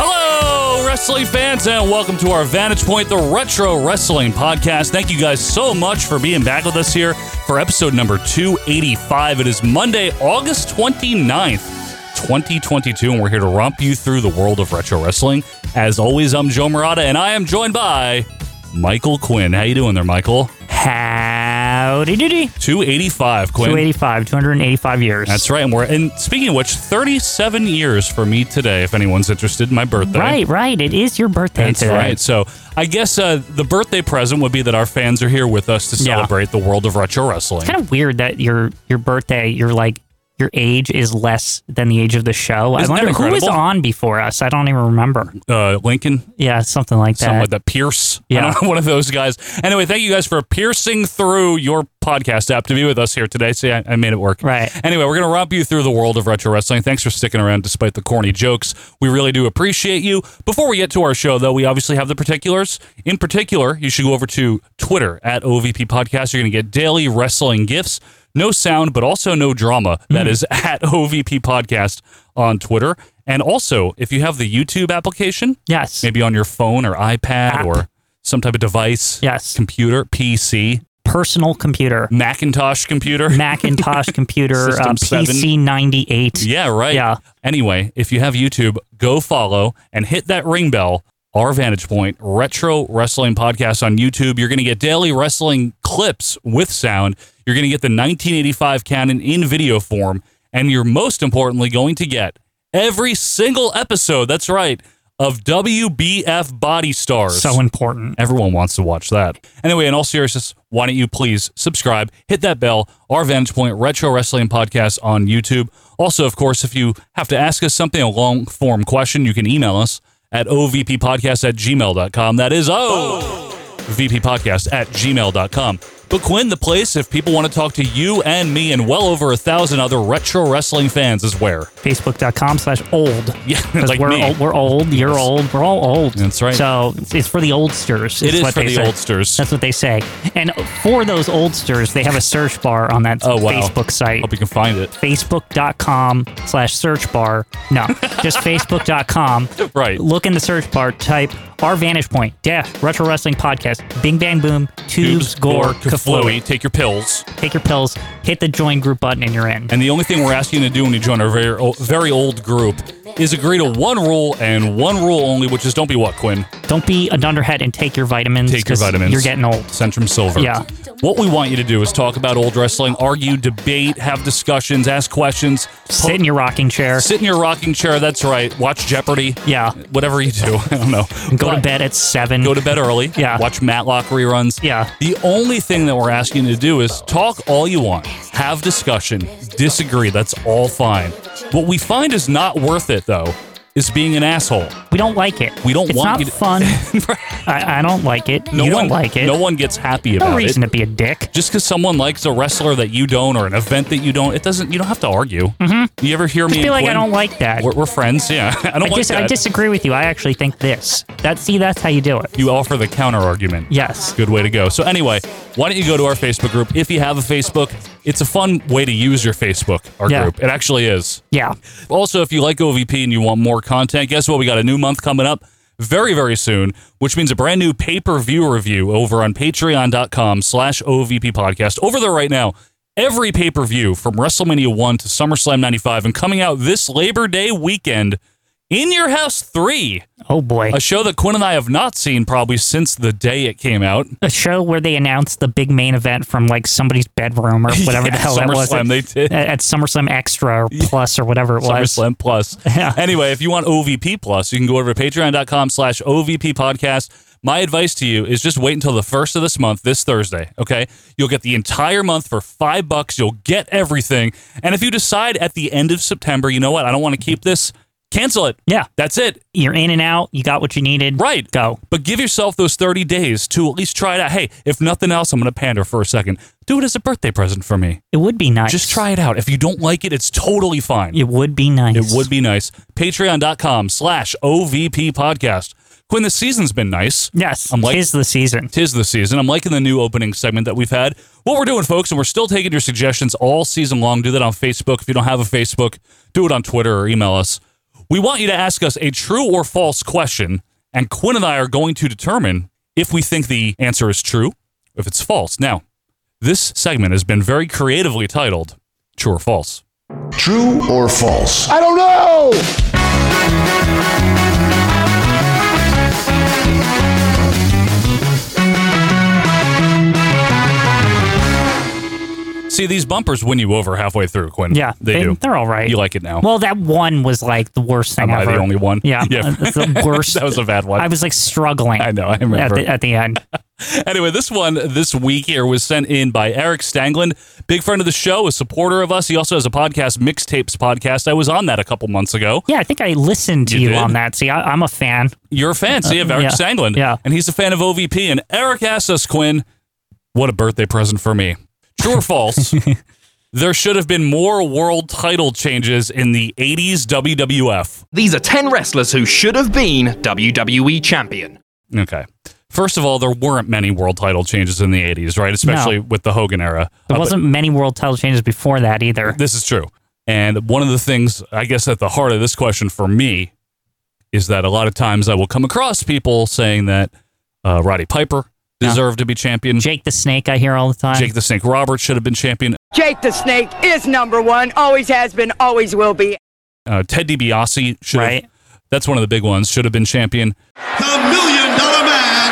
Hello, wrestling fans, and welcome to our Vantage Point, the Retro Wrestling Podcast. Thank you guys so much for being back with us here for episode number 285. It is Monday, August 29th, 2022, and we're here to romp you through the world of retro wrestling. As always, I'm Joe Murata, and I am joined by Michael Quinn. How you doing there, Michael? Howdy doody. 285, Quinn. 285, 285 years. That's right. And we're and speaking of which, 37 years for me today, if anyone's interested, my birthday. right, right. It is your birthday That's today. right. So I guess uh, the birthday present would be that our fans are here with us to Yeah. celebrate the world of retro wrestling. Kind of weird that your your birthday, your like your age is less than the age of the show. Isn't I that wonder who was incredible? on before us. I don't even remember. uh, Lincoln, Yeah, something like that. something like that. Pierce, I Yeah. don't know, one of those guys. Anyway, thank you guys for piercing through your podcast app to be with us here today. See, I, I made it work. Right. Anyway, we're gonna romp you through the world of retro wrestling. Thanks for sticking around despite the corny jokes. We really do appreciate you. Before we get to our show, though, we obviously have the particulars. In particular, you should go over to Twitter at OVP Podcast. You're gonna get daily wrestling gifts. No sound, but also no drama. Hmm. That is at OVP Podcast on Twitter. And also, if you have the YouTube application, yes. maybe on your phone or iPad App. or some type of device. Yes. Computer, PC, Personal computer. Macintosh computer. Macintosh computer uh, System seven. PC ninety eight. yeah, right. Yeah. Anyway, if you have YouTube, go follow and hit that ring bell. Our Vantage Point Retro Wrestling Podcast on YouTube. You're going to get daily wrestling clips with sound. You're going to get the 1985 canon in video form. And you're most importantly going to get every single episode, that's right, of WBF Body Stars. So important. Everyone wants to watch that. Anyway, in all seriousness, why don't you please subscribe, hit that bell, our Vantage Point Retro Wrestling Podcast on YouTube. Also, of course, if you have to ask us something, a long form question, you can email us at ovppodcast at gmail.com. That is O VP Podcast at gmail.com. But Quinn, the place, if people want to talk to you and me and well over a thousand other retro wrestling fans, is where? Facebook.com slash old. Yeah, 'Cause like we're me. old, we're old, you're old, we're all old. That's right. So it's- it's for the oldsters. It is what for they the say. oldsters. That's what they say. And for those oldsters, they have a search bar on that Oh, wow. Facebook site. Hope you can find it. Facebook.com slash search bar. No, just Facebook.com. Right. Look in the search bar, type our vantage point, dash, retro wrestling podcast, bing, bang, boom, tubes, gore, Kaflooey. kaflooey. Take your pills. Take your pills, hit the join group button, and you're in. And the only thing we're asking you to do when you join our very, o- very old group is agree to one rule and one rule only, which is don't be what, Quinn? Don't be a dunderhead and take your vitamins. Take your 'cause vitamins. You're getting old. Centrum Silver. Yeah. What we want you to do is talk about old wrestling, argue, debate, have discussions, ask questions, Sit in your rocking chair. sit in your rocking chair. That's right. Watch Jeopardy. Yeah. Whatever you do. I don't know. Go to But- bed at seven. Go to bed early. Yeah. Watch Matlock reruns. Yeah. The only thing that we're asking you to do is talk all you want, have discussion, disagree. That's all fine. What we find is not worth it, though, is being an asshole. we don't like it. We don't it's want not you to- fun. I, I don't like it. No you one don't like it. No one gets happy about no reason it. to be a dick. Just because someone likes a wrestler that you don't or an event that you don't, it doesn't. You don't have to argue. Mm-hmm. You ever hear me? Just be and like, I Quinn? don't like that. We're, we're friends. Yeah, I don't I, like dis- that. I disagree with you. I actually think this. That see, that's how you do it. you offer the counter argument. Yes. Good way to go. So, anyway, why don't you go to our Facebook group? If you have a Facebook, it's a fun way to use your Facebook, our Yeah. group. It actually is. Yeah. Also, if you like OVP and you want more content, guess what? We got a new month coming up very, very soon, which means a brand new pay-per-view review over on patreon.com slash OVP podcast. Over there right now, every pay-per-view from WrestleMania 1 to SummerSlam 95 and coming out this Labor Day weekend, In Your House 3, Oh boy. a show that Quinn and I have not seen probably since the day it came out. A show where they announced the big main event from like somebody's bedroom or whatever Yeah, the hell that was. SummerSlam, they did. At, at SummerSlam Extra or Plus or whatever it was. SummerSlam Plus. Yeah. Anyway, if you want OVP Plus, you can go over to patreon.com slash OVP Podcast. My advice to you is just wait until the first of this month, this Thursday. Okay, you'll get the entire month for five bucks. You'll get everything, and if you decide at the end of September, you know what, I don't want to keep this, cancel it. Yeah. that's it. You're in and out. You got what you needed. Right. Go. But give yourself those 30 days to at least try it out. Hey, if nothing else, I'm going to pander for a second. Do it as a birthday present for me. It would be nice. Just try it out. If you don't like it, it's totally fine. It would be nice. It would be nice. Patreon.com slash OVP podcast. Quinn, the season's been nice. Yes. I'm like, tis the season. tis the season. I'm liking the new opening segment that we've had. What we're doing, folks, and we're still taking your suggestions all season long. Do that on Facebook. If you don't have a Facebook, do it on Twitter or email us. We want you to ask us a true or false question, and Quinn and I are going to determine if we think the answer is true, if it's false. Now, this segment has been very creatively titled True or False. True or false? I don't know. See, these bumpers win you over halfway through, Quinn. Yeah. They, do. They're all right. You like it now. Well, that one was like the worst Am thing I ever. the only one? Yeah. Yeah. That's the worst. that was a bad one. I was like struggling. I know, I remember. At the, at the end. Anyway, this one this week here was sent in by Eric Stangland, big friend of the show, a supporter of us. He also has a podcast, Mixtapes Podcast. I was on that a couple months ago. Yeah, I think I listened to You you, did? on that. See, I, I'm a fan. You're a fan, see, of Uh, Eric yeah. Stangland. Yeah. And he's a fan of OVP. And Eric asked us, Quinn, what a birthday present for me. True or false? there should have been more world title changes in the 80s WWF. These are 10 wrestlers who should have been WWE champion. Okay. First of all, there weren't many world title changes in the 80s, right? Especially with the Hogan era. There Uh, but- wasn't many world title changes before that either. This is true. And one of the things, I guess, at the heart of this question for me is that a lot of times I will come across people saying that uh, Roddy Piper deserved to be champion. Jake the Snake, I hear all the time. Jake the Snake Roberts should have been champion. Jake the Snake is number one, always has been, always will be. Uh, Ted DiBiase should Right. have. That's one of the big ones. Should have been champion. the Million Dollar Man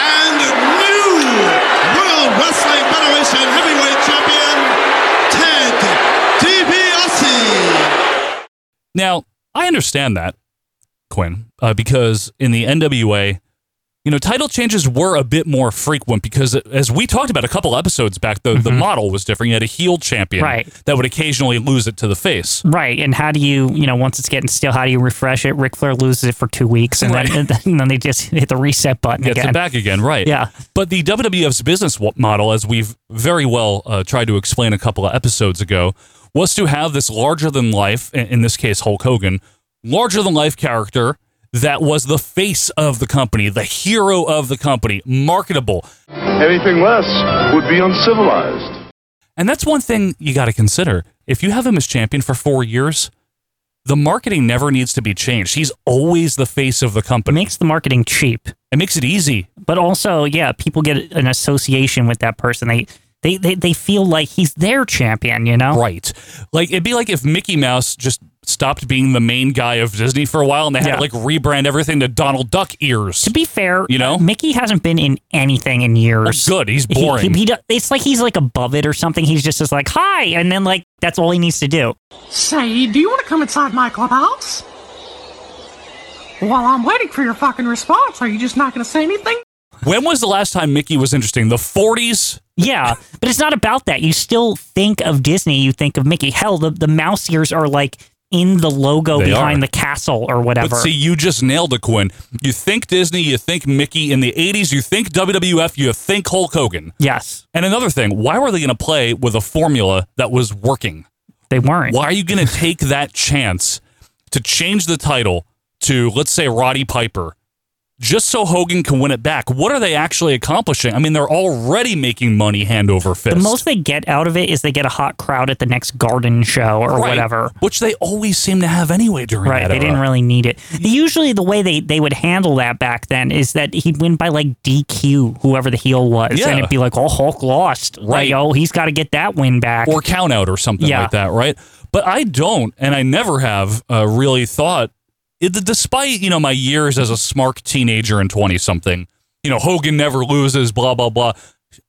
and new World Wrestling Federation Heavyweight Champion, Ted DiBiase. Now, I understand that, Quinn, uh, because in the NWA, you know, title changes were a bit more frequent because, as we talked about a couple episodes back, the, the model was different. You had a heel champion Mm-hmm. Right. that would occasionally lose it to the face. Right, and how do you, you know, once it's getting still, how do you refresh it? Ric Flair loses it for two weeks, and, then, and then they just hit the reset button Gets again. it back again, right? Yeah. But the WWF's business w- model, as we've very well uh, tried to explain a couple of episodes ago, was to have this larger than life, in in this case Hulk Hogan, larger than life character that was the face of the company, the hero of the company, marketable. Anything less would be uncivilized. And that's one thing you got to consider. If you have him as champion for four years, the marketing never needs to be changed. He's always the face of the It company. makes the marketing cheap, It makes it easy. but also, yeah, people get an association with that person. They they they, they feel like he's their champion, you know? Right. Like it'd be like if Mickey Mouse just stopped being the main guy of Disney for a while and they had Yeah. to like rebrand everything to Donald Duck ears. To be fair, You know? Mickey hasn't been in anything in years. Good. He's He- boring. He, he, do- it's like he's like above it or something. He's just is like hi, and then like that's all he needs to do. Say, do you want to come inside my clubhouse? While I'm waiting for your fucking response, are you just not going to say anything? when was the last time Mickey was interesting? The 40s? Yeah, but it's not about that. You still think of Disney, you think of Mickey. Hell, the, the mouse ears are like in the logo They behind are. the castle or whatever. But see, you just nailed it, Quinn. You think Disney, you think Mickey in the 80s, you think WWF, you think Hulk Hogan. yes, And another thing, why were they going to play with a formula that was working? they weren't. Why are you going to take that chance to change the title to, let's say, Roddy Piper, just so Hogan can win it back? What are they actually accomplishing? I mean, they're already making money hand over fist. The most they get out of it is they get a hot crowd at the next garden show or Right. whatever. which they always seem to have anyway during Right, that they era. didn't really need it. Usually, the way they, they would handle that back then is that he'd win by like DQ, whoever the heel was, Yeah. and it'd be like, "Oh, Hulk lost, Right. Like, oh, he's got to get that win back." or count out or something Yeah. like that, right? But I don't, and I never have uh, really thought, it, despite you know my years as a smart teenager and twenty something, you know Hogan never loses, blah blah blah.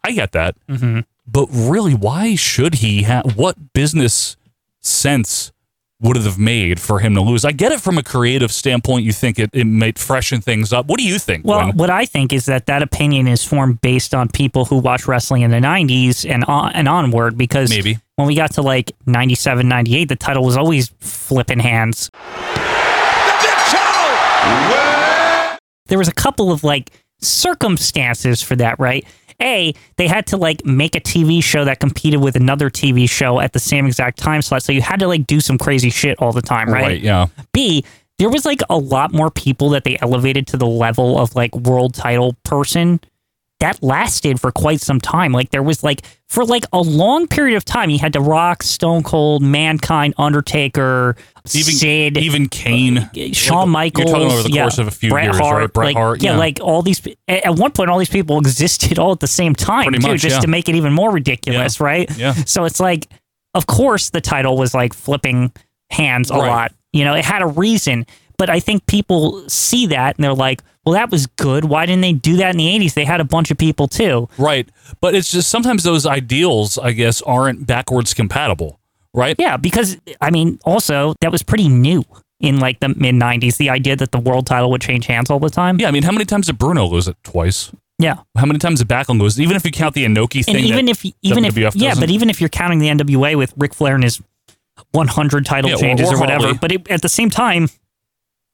I get that, Mm-hmm. but really, why should he have? What business sense would it have made for him to lose? I get it from a creative standpoint. You think it, it might freshen things up. What do you think? Well, Gwen? what I think is that that opinion is formed based on people who watch wrestling in the 90s and on, and onward because Maybe. when we got to like 97, 98, the title was always flipping hands. There was a couple of like circumstances for that, right? A, they had to like make a TV show that competed with another TV show at the same exact time slot. So you had to like do some crazy shit all the time, right? Yeah. B, there was like a lot more people that they elevated to the level of like world title person. That lasted for quite some time. Like there was like for like a long period of time, you had The Rock, Stone Cold, Mankind, Undertaker, Even Sid, even Kane, Shawn Like, Michaels. You're talking over the yeah, course of a few Bret years, Hart, right? Bret like, Hart. Yeah, like all these. At at one point, all these people existed all at the same time Pretty too, much, just yeah. to make it even more ridiculous, right? Yeah. So it's like, of course, the title was like flipping hands a Right. lot. You know, it had a reason. But I think people see that and they're like, well, that was good. Why didn't they do that in the 80s? They had a bunch of people too. Right. But it's just sometimes those ideals, I guess, aren't backwards compatible, right? Yeah, because I mean, also that was pretty new in like the mid '90s. The idea that the world title would change hands all the time. Yeah, I mean, how many times did Bruno lose it? Twice. yeah. How many times did Backlund lose? it? Even if you count the Inoki thing, And even that if even if WWF yeah, doesn't. but even if you're counting the NWA with Ric Flair and his 100 title Yeah, or- changes or or, whatever, Harley. but it, at the same time, it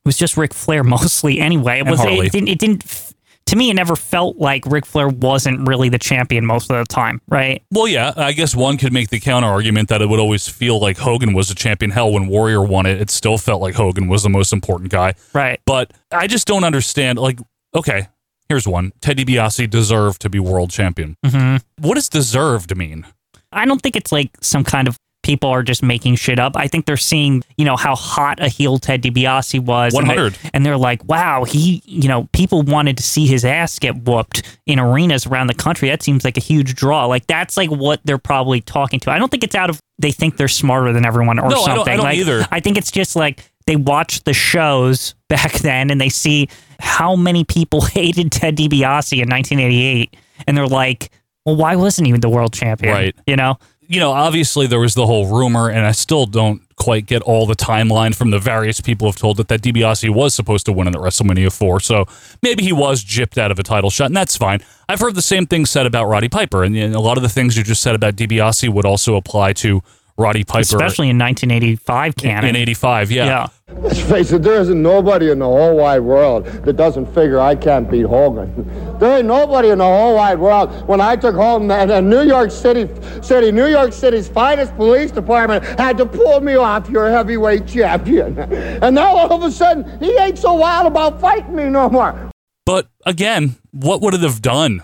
was just Ric Flair mostly anyway. It And was Harley. it didn't it didn't f- to me it never felt like Ric Flair wasn't really the champion most of the time, right? well, yeah, I guess one could make the counter argument that it would always feel like Hogan was the champion. Hell, when Warrior won it, it still felt like Hogan was the most important guy. Right. But I just don't understand. Like, okay, here's one: Teddy DiBiase deserved to be world champion. Mm-hmm. What does deserved mean? I don't think it's like some kind of people are just making shit up. I think they're seeing, you know, how hot a heel Ted DiBiase was. and they- 100. And, they're like, wow, he, you know, people wanted to see his ass get whooped in arenas around the country. That seems like a huge draw. Like, that's like what they're probably talking to. I don't think it's out of they think they're smarter than everyone or No, I don't- I something. don't like, either. I think it's just like they watch the shows back then and they see how many people hated Ted DiBiase in 1988. And they're like, well, why wasn't he the world champion? Right. You know? you know, obviously there was the whole rumor, and I still don't quite get all the timeline from the various people have told it that DiBiase was supposed to win in at WrestleMania 4. So maybe he was gypped out of a title shot, and that's fine. I've heard the same thing said about Roddy Piper, and, and a lot of the things you just said about DiBiase would also apply to Roddy Piper especially in 1985 canon. in 85. yeah. Let's face it, there isn't nobody in the whole wide world that doesn't figure I can't beat Hogan. There ain't nobody in the whole wide world. When I took Hogan, and the New York City, City, New York City's finest police department had to pull me off your heavyweight champion. And now all of a sudden, he ain't so wild about fighting me no more. But again, what would it have done?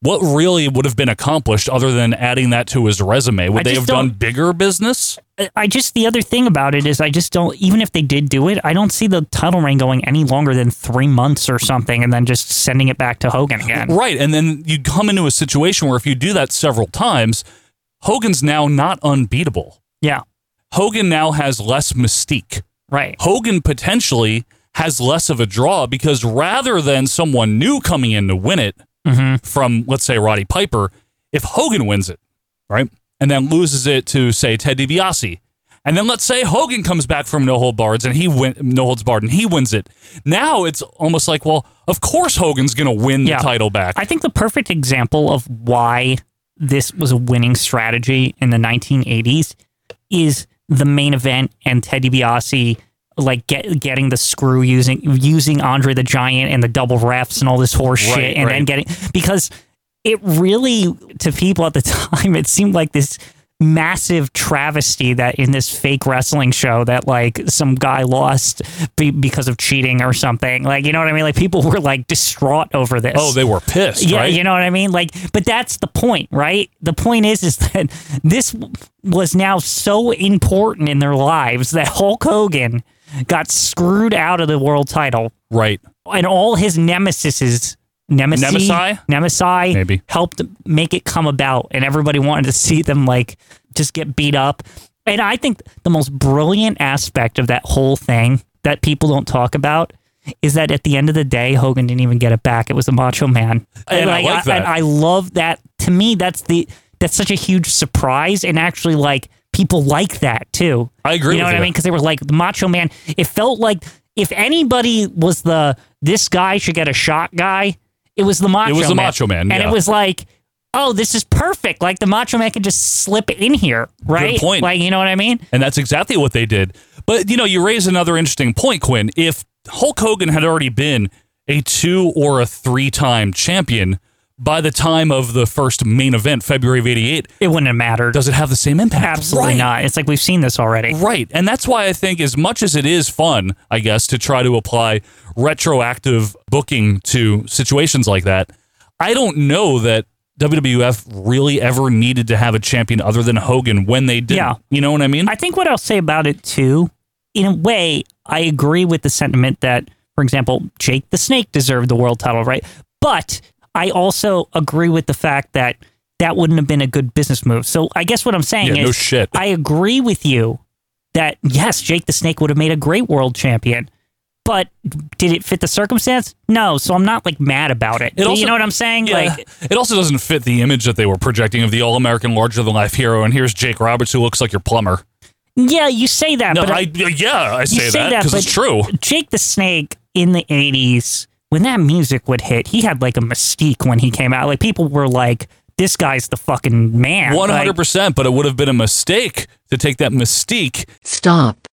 What really would have been accomplished other than adding that to his resume? Would I they have just done don't- bigger business? I- I just the other thing about it is I just don't even if they did do it, I don't see the title reign going any longer than three months or something, and then just sending it back to Hogan again. Right. And then you come into a situation where if you do that several times, Hogan's now not unbeatable. Yeah, Hogan now has less mystique. right. Hogan potentially has less of a draw because rather than someone new coming in to win it Mm-hmm. from, let's say, Roddy Piper, if Hogan wins it, right, and then loses it to, say, Ted DiBiase, and then let's say Hogan comes back from No Hold Bards and he win No Holds Barred and he wins it. Now it's almost like, well, of course Hogan's going to win Yeah. the title back. I think the perfect example of why this was a winning strategy in the 1980s is the main event and Ted DiBiase like get, getting the screw using using Andre the Giant and the double refs and all this horse Right, shit and then right. getting because it really to people at the time it seemed like this massive travesty that in this fake wrestling show that like some guy lost be, because of cheating or something like you know what I mean like people were like distraught over this Oh, they were pissed, yeah, right? you know what I mean? Like, but that's the point, right? The point is, is that this w- was now so important in their lives that Hulk Hogan got screwed out of the world title, right. and all his nemesises, nemesis, Nemesi? nemesi, Maybe. helped make it come about, and everybody wanted to see them like just get beat up. And I think the most brilliant aspect of that whole thing that people don't talk about is that at the end of the day, Hogan didn't even get it back. It was the Macho Man, And I like that. and I love that. To me, that's the that's such a huge surprise, and actually, like people like that too. I agree You know with what I you. mean? Because they were like the Macho Man. It felt like if anybody was the this guy should get a shot guy, it was the Macho. was the Man. Macho Man, and yeah. it was like. Oh, this is perfect! Like the Macho Man can just slip in here, right? point. Like you know what I mean? And that's exactly what they did. But, you know, you raise another interesting point, Quinn. If Hulk Hogan had already been a two or a three time champion by the time of the first main event, February of 88, It wouldn't have mattered. does it have the same impact? Absolutely Right. not. It's like we've seen this already. Right. And that's why I think, as much as it is fun, I guess, to try to apply retroactive booking to situations like that, I don't know that WWF really ever needed to have a champion other than Hogan when they did. Yeah. You know what I mean? I think what I'll say about it too, in a way, I agree with the sentiment that, for example, Jake the Snake deserved the world title, right? But I also agree with the fact that that wouldn't have been a good business move. So I guess what I'm saying Yeah, is, no shit. I agree with you that yes, Jake the Snake would have made a great world champion. But did it fit the circumstance? No, so I'm not like mad about it. It also- you know what I'm saying? Yeah. Like it also doesn't fit the image that they were projecting of the all American larger than life hero. And here's Jake Roberts, who looks like your plumber. yeah, you say that, No, but I, yeah, I You say, that because it's but true. Jake the Snake in the eighties, when that music would hit, he had like a mystique when he came out. Like people were like, "This guy's the fucking man." One hundred Like, percent, but it would have been a mistake to take that mystique Stop.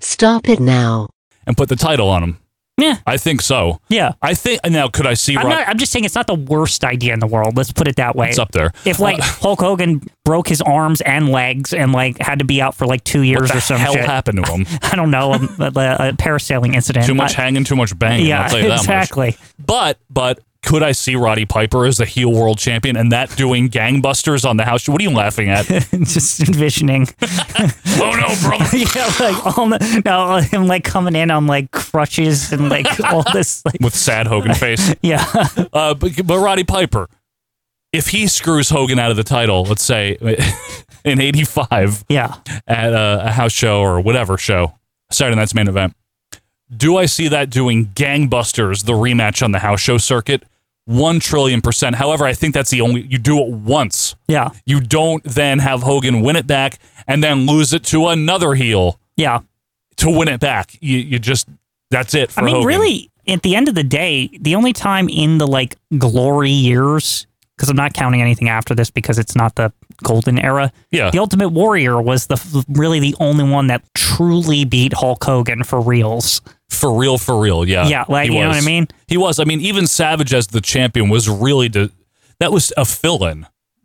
Stop it now. and put the title on him. Yeah, I think so. yeah. I think now could I see I'm Rock not. I'm just saying it's not the worst idea in the world. Let's put it that way. it's uh, up there. If like Hulk Hogan broke his arms and legs and like had to be out for like two years what the or some hell shit, happened to him? I don't know, um, a, a, a uh, parasailing incident. too much I- hanging, too much banging. yeah, I'll tell you that exactly. much. But but could I see Roddy Piper as the heel world champion and that doing gangbusters on the house? What are you laughing at? oh just envisioning. no, brother! yeah, like all the, no, him like coming in on like crutches and like all this, like With sad Hogan face. yeah, Uh, but, but Roddy Piper, if he screws Hogan out of the title, let's say in '85 yeah. at a, a house show or whatever show, Saturday Night's main event, do I see that doing gangbusters the rematch on the house show circuit? One trillion percent. However, I think that's the only you do it once. Yeah. You don't then have Hogan win it back and then lose it to another heel Yeah. to win it back. You, you just that's it. For I mean, Hogan. really, at the end of the day, the only time in the like glory years, because I'm not counting anything after this because it's not the golden era. Yeah. The Ultimate Warrior was the really the only one that truly beat Hulk Hogan for reals. for real, for real. Yeah, Yeah, like, He you know was. what I mean? He was. I mean, even Savage as the champion was really de- that was a fill-in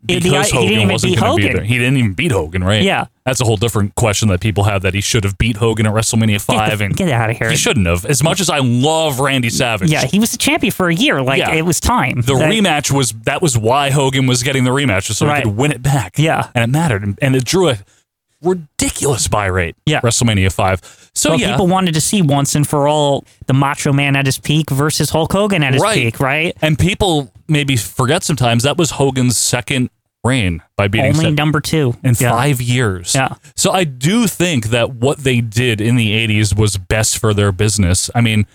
Yeah, the- because he Hogan didn't even wasn't beat going to be Hogan. there. He didn't even beat Hogan, right? Yeah. that's a whole different question that people have that he should have beat Hogan at WrestleMania Get, five, the, and get out of here. he shouldn't have. As much as I love Randy Savage, Yeah, he was the champion for a year. Like Yeah. it was time. the That- rematch was that was why Hogan was getting the rematch just so Right. he could win it back. Yeah. and it mattered, and, and it drew a ridiculous buy rate. Yeah. WrestleMania five. So Well, yeah, people wanted to see once and for all the Macho Man at his peak versus Hulk Hogan at his peak, right? And people maybe forget sometimes that was Hogan's second reign by beating Only Sid number two in Yeah. five years. Yeah. So I do think that what they did in the 80s was best for their business. I mean,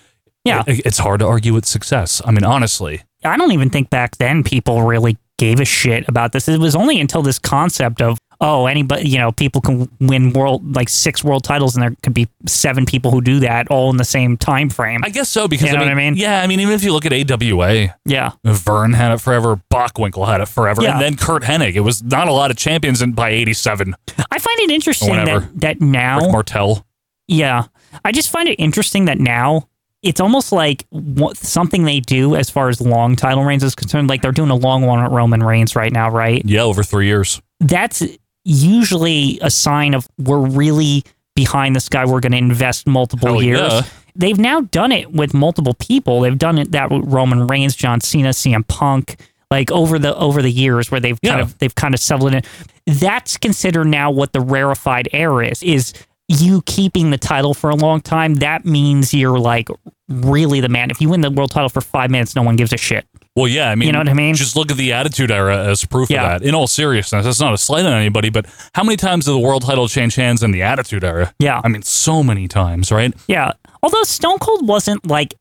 Yeah, it- it's hard to argue with success. I mean, honestly, I don't even think back then people really gave a shit about this. It was only until this concept of oh, anybody, you know, people can win world like six world titles, and there could be seven people who do that all in the same time frame. I guess so because You know I mean, what I mean? yeah, I mean, even if you look at AWA, yeah, Vern had it forever, Bockwinkel had it forever, Yeah. and then Kurt Hennig. It was not a lot of champions in, by 87. I find it interesting Whatever. that that now Rick Martel. Yeah. I just find it interesting that now it's almost like what, something they do as far as long title reigns is concerned. Like they're doing a long one at Roman Reigns right now, right? Yeah, over three years. That's usually a sign of we're really behind this guy. We're going to invest multiple Hell years. yeah. They've now done it with multiple people. They've done it that with Roman Reigns, John Cena, CM Punk, like over the over the years where they've kind Yeah. of they've kind of settled it in. That's considered now what the rarefied air is is you keeping the title for a long time. That means you're like really the man. If you win the world title for five minutes, no one gives a shit. Well, yeah, I mean, know what I mean? Just look at the Attitude Era as proof Yeah. of that. In all seriousness, that's not a slight on anybody, but how many times did the world title change hands in the Attitude Era? Yeah. I mean, so many times, right? Yeah. Although Stone Cold wasn't like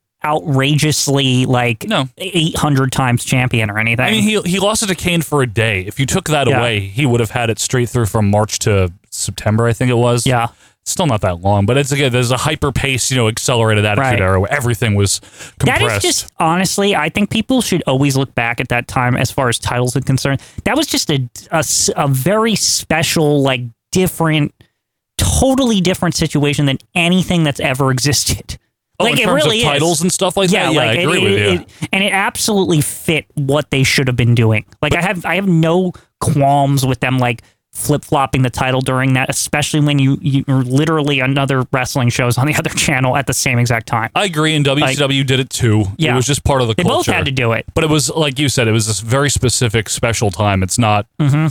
outrageously like No. 800 times champion or anything. I mean, he he lost it to Kane for a day. If you took that Yeah. away, he would have had it straight through from March to September, I think it was. Yeah. Still not that long, but it's again, there's a hyper pace, you know, accelerated attitude Right. era where everything was That compressed. is just honestly, I think people should always look back at that time as far as titles are concerned. That was just a a s- a very special, like different, totally different situation than anything that's ever existed. Oh, like in it terms of really is. titles and stuff like that? Yeah, I it- agree it- with you. it- and it absolutely fit what they should have been doing. Like I have, I have no qualms with them like flip flopping the title during that, especially when you you're literally another wrestling shows on the other channel at the same exact time. I agree, and WCW did it too. Yeah. It was just part of the They both culture. had to do it. But it was, like you said, it was this very specific, special time. It's not,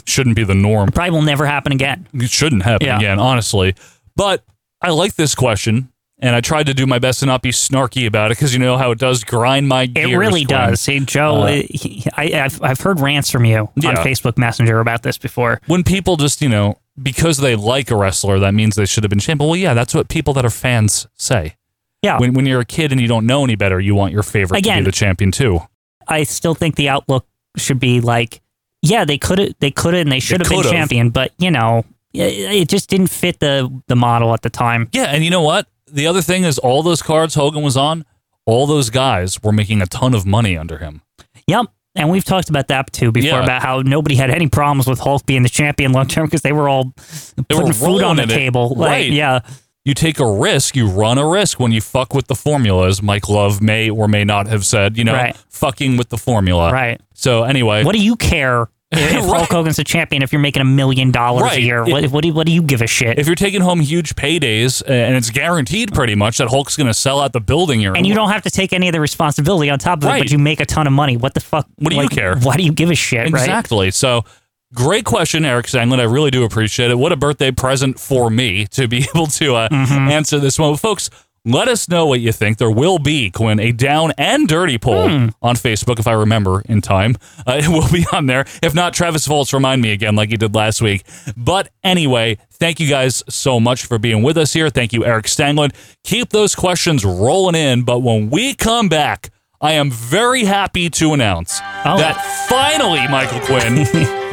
shouldn't be the norm. Probably will never happen again. It shouldn't happen Mm-hmm. Yeah. again, honestly. But I like this question, and I tried to do my best to not be snarky about it because you know how it does grind my It gears. really Quinn. does. See, Joe, Uh, it- he- I, I've, I've heard rants from you on Yeah. Facebook Messenger about this before. When people just, you know, because they like a wrestler, that means they should have been champion. Well, yeah, that's what people that are fans say. Yeah. When, when you're a kid and you don't know any better, you want your favorite to Oh. Again. be the champion too. I still think the outlook should be like, yeah, they could have, they could have, and they should have been could've. champion, but you know, it, it just didn't fit the the model at the time. Yeah, and you know what? The other thing is all those cards Hogan was on, all those guys were making a ton of money under him. Yep. And we've talked about that too before Yeah. about how nobody had any problems with Hulk being the champion long term because they were all They putting were food on rolling the in it. table. Like, Right. Yeah. You take a risk, you run a risk when you fuck with the formula, as Mike Love may or may not have said, you know, Right. fucking with the formula. Right. So anyway, What do you care if Right. Hulk Hogan's a champion if you're making a million dollars a Right. year? What, what, do, what do you give a shit? if you're taking home huge paydays uh, and it's guaranteed pretty much that Hulk's going to sell out the building you're in, and you don't have to take any of the responsibility on top of it, Right. but you make a ton of money. What the fuck? What do you care? Why do you give a shit? Right? Exactly. So great question, Eric Sanglin. I really do appreciate it. What a birthday present for me to be able to uh, answer this one. But folks, let us know what you think. There will be, Quinn, a down and dirty poll on Facebook if I remember in time. Uh, it will be on there. If not, Travis Volz, remind me again like he did last week. But anyway, thank you guys so much for being with us here. Thank you, Eric Stanglin. Keep those questions rolling in. But when we come back, I am very happy to announce Oh. that finally, Michael Quinn,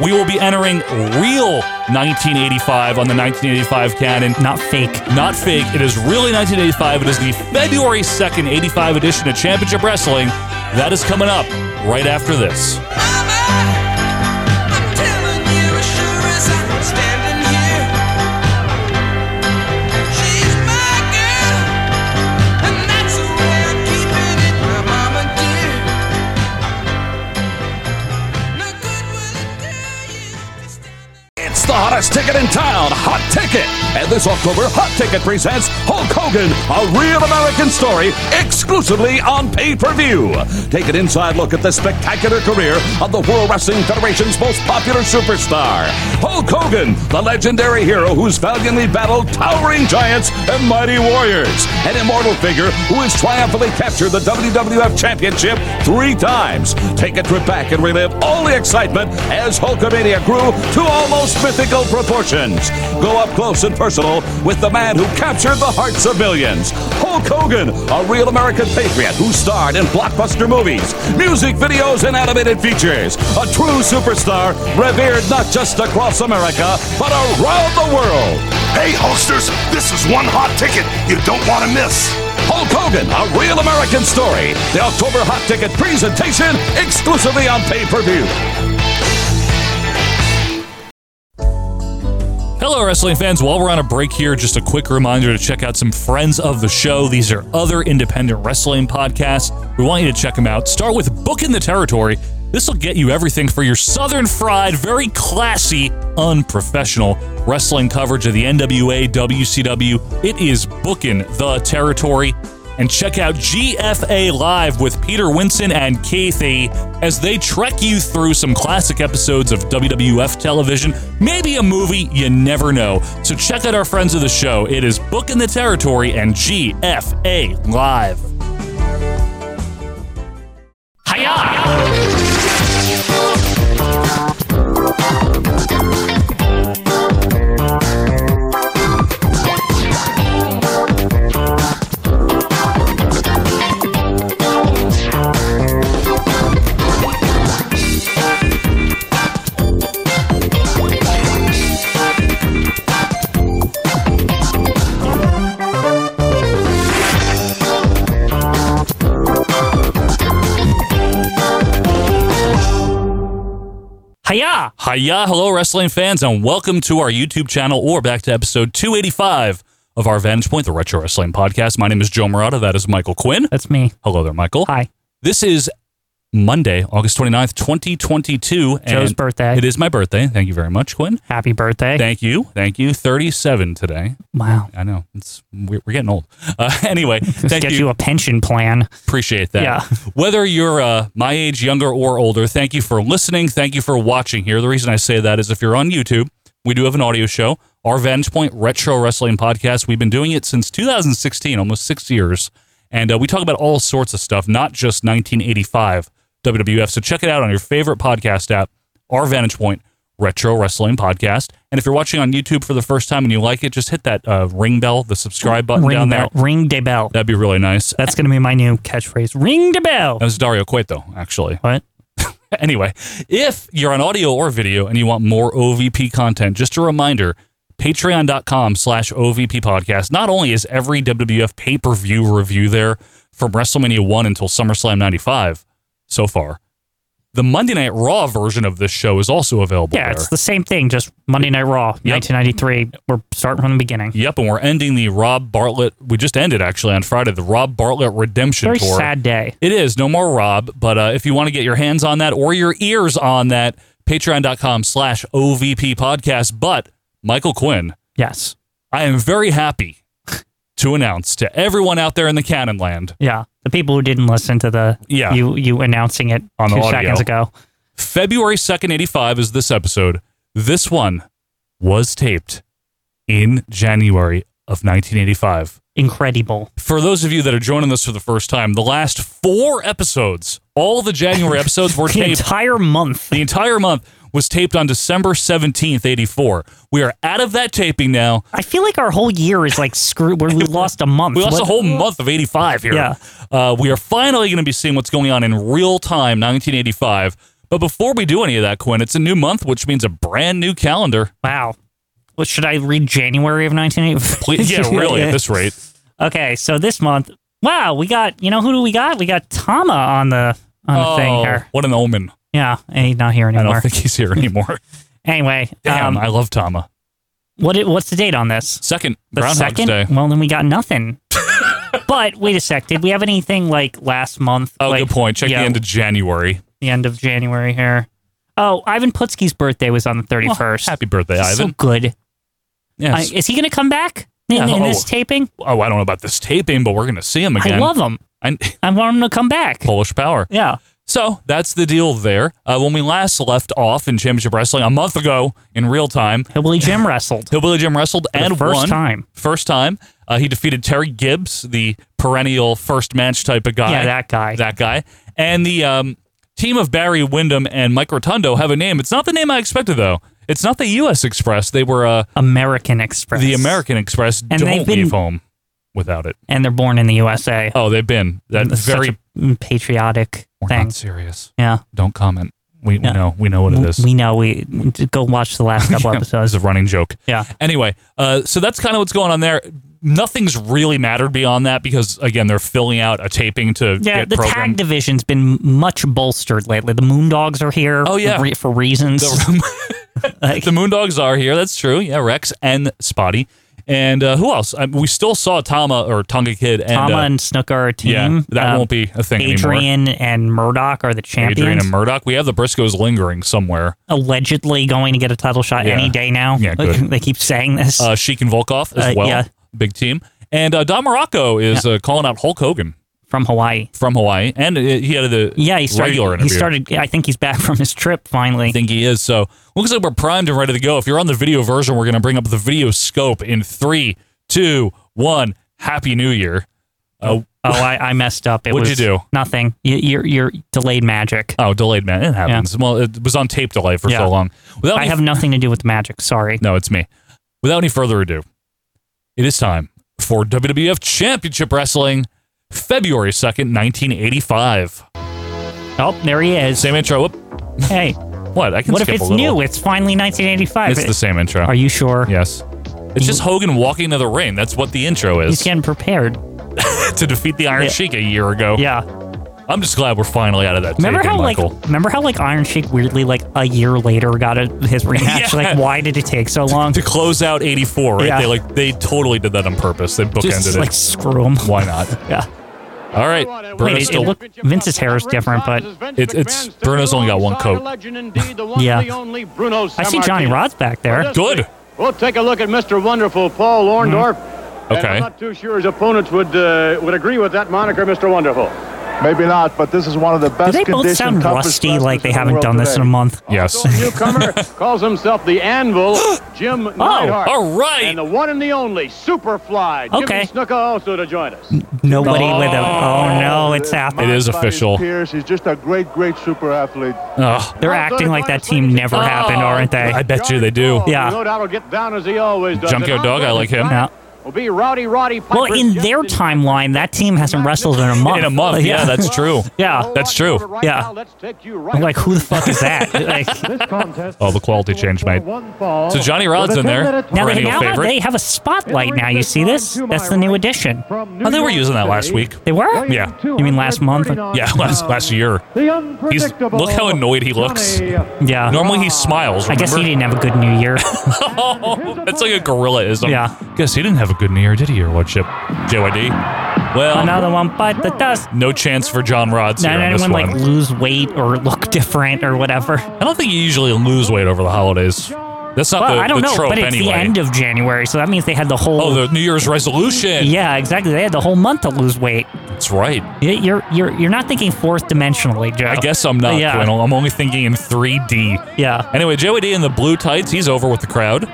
we will be entering real 1985 on the 1985 canon. Not fake. Not fake. It is really 1985. It is the February 2nd, 85 edition of Championship Wrestling. That is coming up right after this. It's the hottest ticket in town, Hot Ticket. And this October, Hot Ticket presents Hulk Hogan, a real American story, exclusively on pay per view. Take an inside look at the spectacular career of the World Wrestling Federation's most popular superstar, Hulk Hogan, the legendary hero who's valiantly battled towering giants and mighty warriors, an immortal figure who has triumphantly captured the WWF Championship three times. Take a trip back and relive all the excitement as Hulkamania grew to almost mythical proportions. Go up close and personal with the man who captured the hearts of millions, Hulk Hogan, a real American patriot who starred in blockbuster movies, music videos, and animated features. A true superstar, revered not just across America, but around the world. Hey, Hulksters, this is one hot ticket you don't want to miss. Hulk Hogan, a real American story. The October Hot Ticket presentation exclusively on pay per view. Hello, wrestling fans. While we're on a break here, just a quick reminder to check out some friends of the show. These are other independent wrestling podcasts. We want you to check them out. Start with Book in the Territory. This will get you everything for your Southern fried, very classy, unprofessional wrestling coverage of the NWA, WCW. It is Bookin' the Territory and check out GFA Live with Peter Winson and Kathy as they trek you through some classic episodes of WWF television, maybe a movie, you never know. So check out our friends of the show. It is Book in the Territory and GFA Live. Hiya! Hiya, hello, wrestling fans, and welcome to our YouTube channel or back to episode 285 of our Vantage Point, the Retro Wrestling Podcast. My name is Joe Morata. That is Michael Quinn. That's me. Hello there, Michael. Hi. This is Monday, August 29th, 2022. Joe's birthday. It is my birthday. Thank you very much, Quinn. Happy birthday. Thank you. Thank you. 37 today. Wow. I know. It's We're, we're getting old. Uh, anyway, thank Get you. a pension plan. Appreciate that. Yeah. Whether you're uh, my age, younger, or older, thank you for listening. Thank you for watching here. The reason I say that is if you're on YouTube, we do have an audio show, our Vantage Point Retro Wrestling Podcast. We've been doing it since 2016, almost six years. And uh, we talk about all sorts of stuff, not just 1985 WWF. So check it out on your favorite podcast app, our Vantage Point Retro Wrestling Podcast. And if you're watching on YouTube for the first time and you like it, just hit that uh, ring bell, the subscribe button ring down bell. there. Ring de bell. That'd be really nice. That's going to be my new catchphrase. Ring de bell. That was Dario Cueto, actually. What? anyway, if you're on audio or video and you want more OVP content, just a reminder, patreon.com slash OVP podcast. Not only is every WWF pay-per-view review there from WrestleMania 1 until SummerSlam 95 so far, the Monday Night Raw version of this show is also available Yeah, there. it's the same thing, just Monday Night Raw, 1993. We're starting from the beginning. Yep, and we're ending the Rob Bartlett. We just ended actually on Friday the Rob Bartlett Redemption Very Tour. sad day. It is no more Rob, but uh, if you want to get your hands on that or your ears on that, Patreon.com/slash OVP podcast. But Michael Quinn, Yes. I am very happy to announce to everyone out there in the canon land, Yeah. The people who didn't listen to the Yeah. you you announcing it On the two audio. seconds ago. February second, eighty-five is this episode. This one was taped in January of nineteen eighty-five. Incredible. for those of you that are joining us for the first time, the last four episodes, all the January episodes were The taped. entire month. the entire month was taped on December 17th, 84. We are out of that taping now. I feel like our whole year is like screw where we lost a month. We lost What- a whole month of 85 here. Yeah. Uh, we are finally going to be seeing what's going on in real time, 1985. But before we do any of that, Quinn, it's a new month, which means a brand new calendar. Wow. What should I read January of 1985? Please, yeah, really, at this rate. Okay, so this month, wow, we got, you know, who do we got? We got Tama on the on the thing here. what an omen. Yeah, and he's not here Oh. I anymore. don't think he's here anymore. anyway, Damn, um, I love Tama. what it, what's the date on this? Second, The Groundhog's second? Day. Well, then we got nothing. but wait a sec, did we have anything like last month? Oh, like, good point. Check yeah, the end of January. the end of January here. Oh, Ivan Putski's birthday was on the 31st. Happy birthday, He's Ivan. So good. I, yes. is he going to come back in, Yeah, in oh. this taping? oh, I don't know about this taping, but we're going to see him again. I love him. And I want him to come back. Polish power. Yeah. So that's the deal there. Uh, when we last left off in Championship Wrestling a month ago in real time, Hillbilly Jim wrestled. Hillbilly Jim wrestled the and first won. time. First time. Uh, he defeated Terry Gibbs, the perennial first match type of guy. Yeah, that guy. That guy. And the um, team of Barry Windham and Mike Rotundo have a name. It's not the name I expected, though. It's not the U.S. Express. They were uh, American Express. the American Express. they've don't been- leave home without it. And they're born in the USA. Oh, they've been that That's very. such a patriotic we're thing. not serious. Yeah. Don't comment. We, Yeah. we know we know what it W- is. We know. We go watch the last couple It's episodes. a running joke. Yeah. Anyway, uh, so that's kind of what's going on there. Nothing's really mattered beyond that because again, they're filling out a taping to Yeah, get the programmed. tag division's been much bolstered lately. The Moondogs are here. Oh, yeah. for, re- for reasons. Like, the Moondogs are here. That's true. Yeah, Rex and Spotty, and uh, who else? I, we still saw Tama or Tonga Kid and, Tama uh, and Snook are a team. yeah, that Um, won't be a thing anymore. Adrian and Murdoch are the champions. Adrian and Murdoch. We have the Briscoes lingering somewhere. allegedly going to get a title shot Yeah. any day now. Yeah, good. they keep saying this. Uh, Sheik and Volkov as Uh, well. yeah. Big team. And uh, Don Morocco is uh, calling out Hulk Hogan from Hawaii. from Hawaii, and uh, he had the Yeah, he started. regular interview. he started. I think he's back from his trip finally. I think he is. So looks like we're primed and ready to go. If you're on the video version, we're going to bring up the video scope in three, two, one. Happy New Year. Uh, oh, I, I messed up. It What'd was you do? Nothing. You, you're you're delayed magic. oh, delayed man. It happens. Well, it was on tape delay for Yeah. so long. Without I any- have nothing to do with magic. Sorry. no, it's me. Without any further ado, it is time for WWF Championship Wrestling, February second, nineteen eighty-five. Oh, there he is. Same intro. Whoop. Hey, What? I can what if skip it's a little. new? It's finally 1985. It's the same intro. Are you sure? Yes. It's just Hogan walking to the ring. That's what the intro He's is getting prepared. to defeat the Iron Yeah. Sheik a year ago. Yeah. I'm just glad we're finally out of that. Remember taking, how Michael. like remember how like Iron Sheik weirdly like a year later got a, his rematch? Like why did it take so long? to close out 84 right Yeah. they like they totally did that on purpose they bookended Just it like screw him. why not yeah all right Wait, Bruno's it, it still look, Vince's hair is different, but it's it's Bruno's only got one coat yeah. Bruno I see Johnny Sammartino. Rods back there. good We'll take a look at Mr. Wonderful, Paul Orndorff. And Okay. I'm not too sure his opponents would uh, would agree with that moniker, Mr. Wonderful. Maybe not, but this is one of the Do best. they both conditioned, sound toughest rusty wrestlers like they in the haven't world done this in a today. month? yes Newcomer calls himself the Anvil, Jim oh, Neidhart. all right. And the one and the only Superfly, Jimmy Okay. Snuka, also to join us. Nobody with him. Oh no, it's happening. It is Buddy official. Pierce, he's just a great, great super athlete. Ugh. They're acting like that team never happened, aren't they? I bet you they do Yeah. No doubt will get down as he always does. Junkyard And Dog I like him Yeah. Will be Rowdy Roddy Piper. Well, in their timeline, that team hasn't wrestled in a month. in a month yeah that's true Yeah. that's true Right Yeah. now, let's take you right I'm like, who the fuck is that? Like, oh the quality change mate so Johnny Rod's in there Now, they, perennial now favorite they have a spotlight now. You see this? That's the new addition. oh they were using that last week They were? yeah You mean last month? yeah last last year he's look how annoyed he looks Yeah. normally he smiles I guess he remember? didn't have a good new year. That's like a gorillaism. Yeah. Guess he didn't have a good New Year, did he, Your Lordship? JYD. Well, Another one bite the dust. no chance for John Rods Did here on this anyone one. like lose weight or look different or whatever? I don't think you usually lose weight over the holidays. That's not well, the, I don't the know, trope but it's anyway. the end of January, so that means they had the whole. oh, the New Year's resolution. yeah, exactly. They had the whole month to lose weight. That's right. Y- You're you're you're not thinking fourth dimensionally, Joe. I guess I'm not, Yeah. Quinnell. I'm only thinking in 3D. Yeah. Anyway, JYD in the blue tights, he's over with the crowd.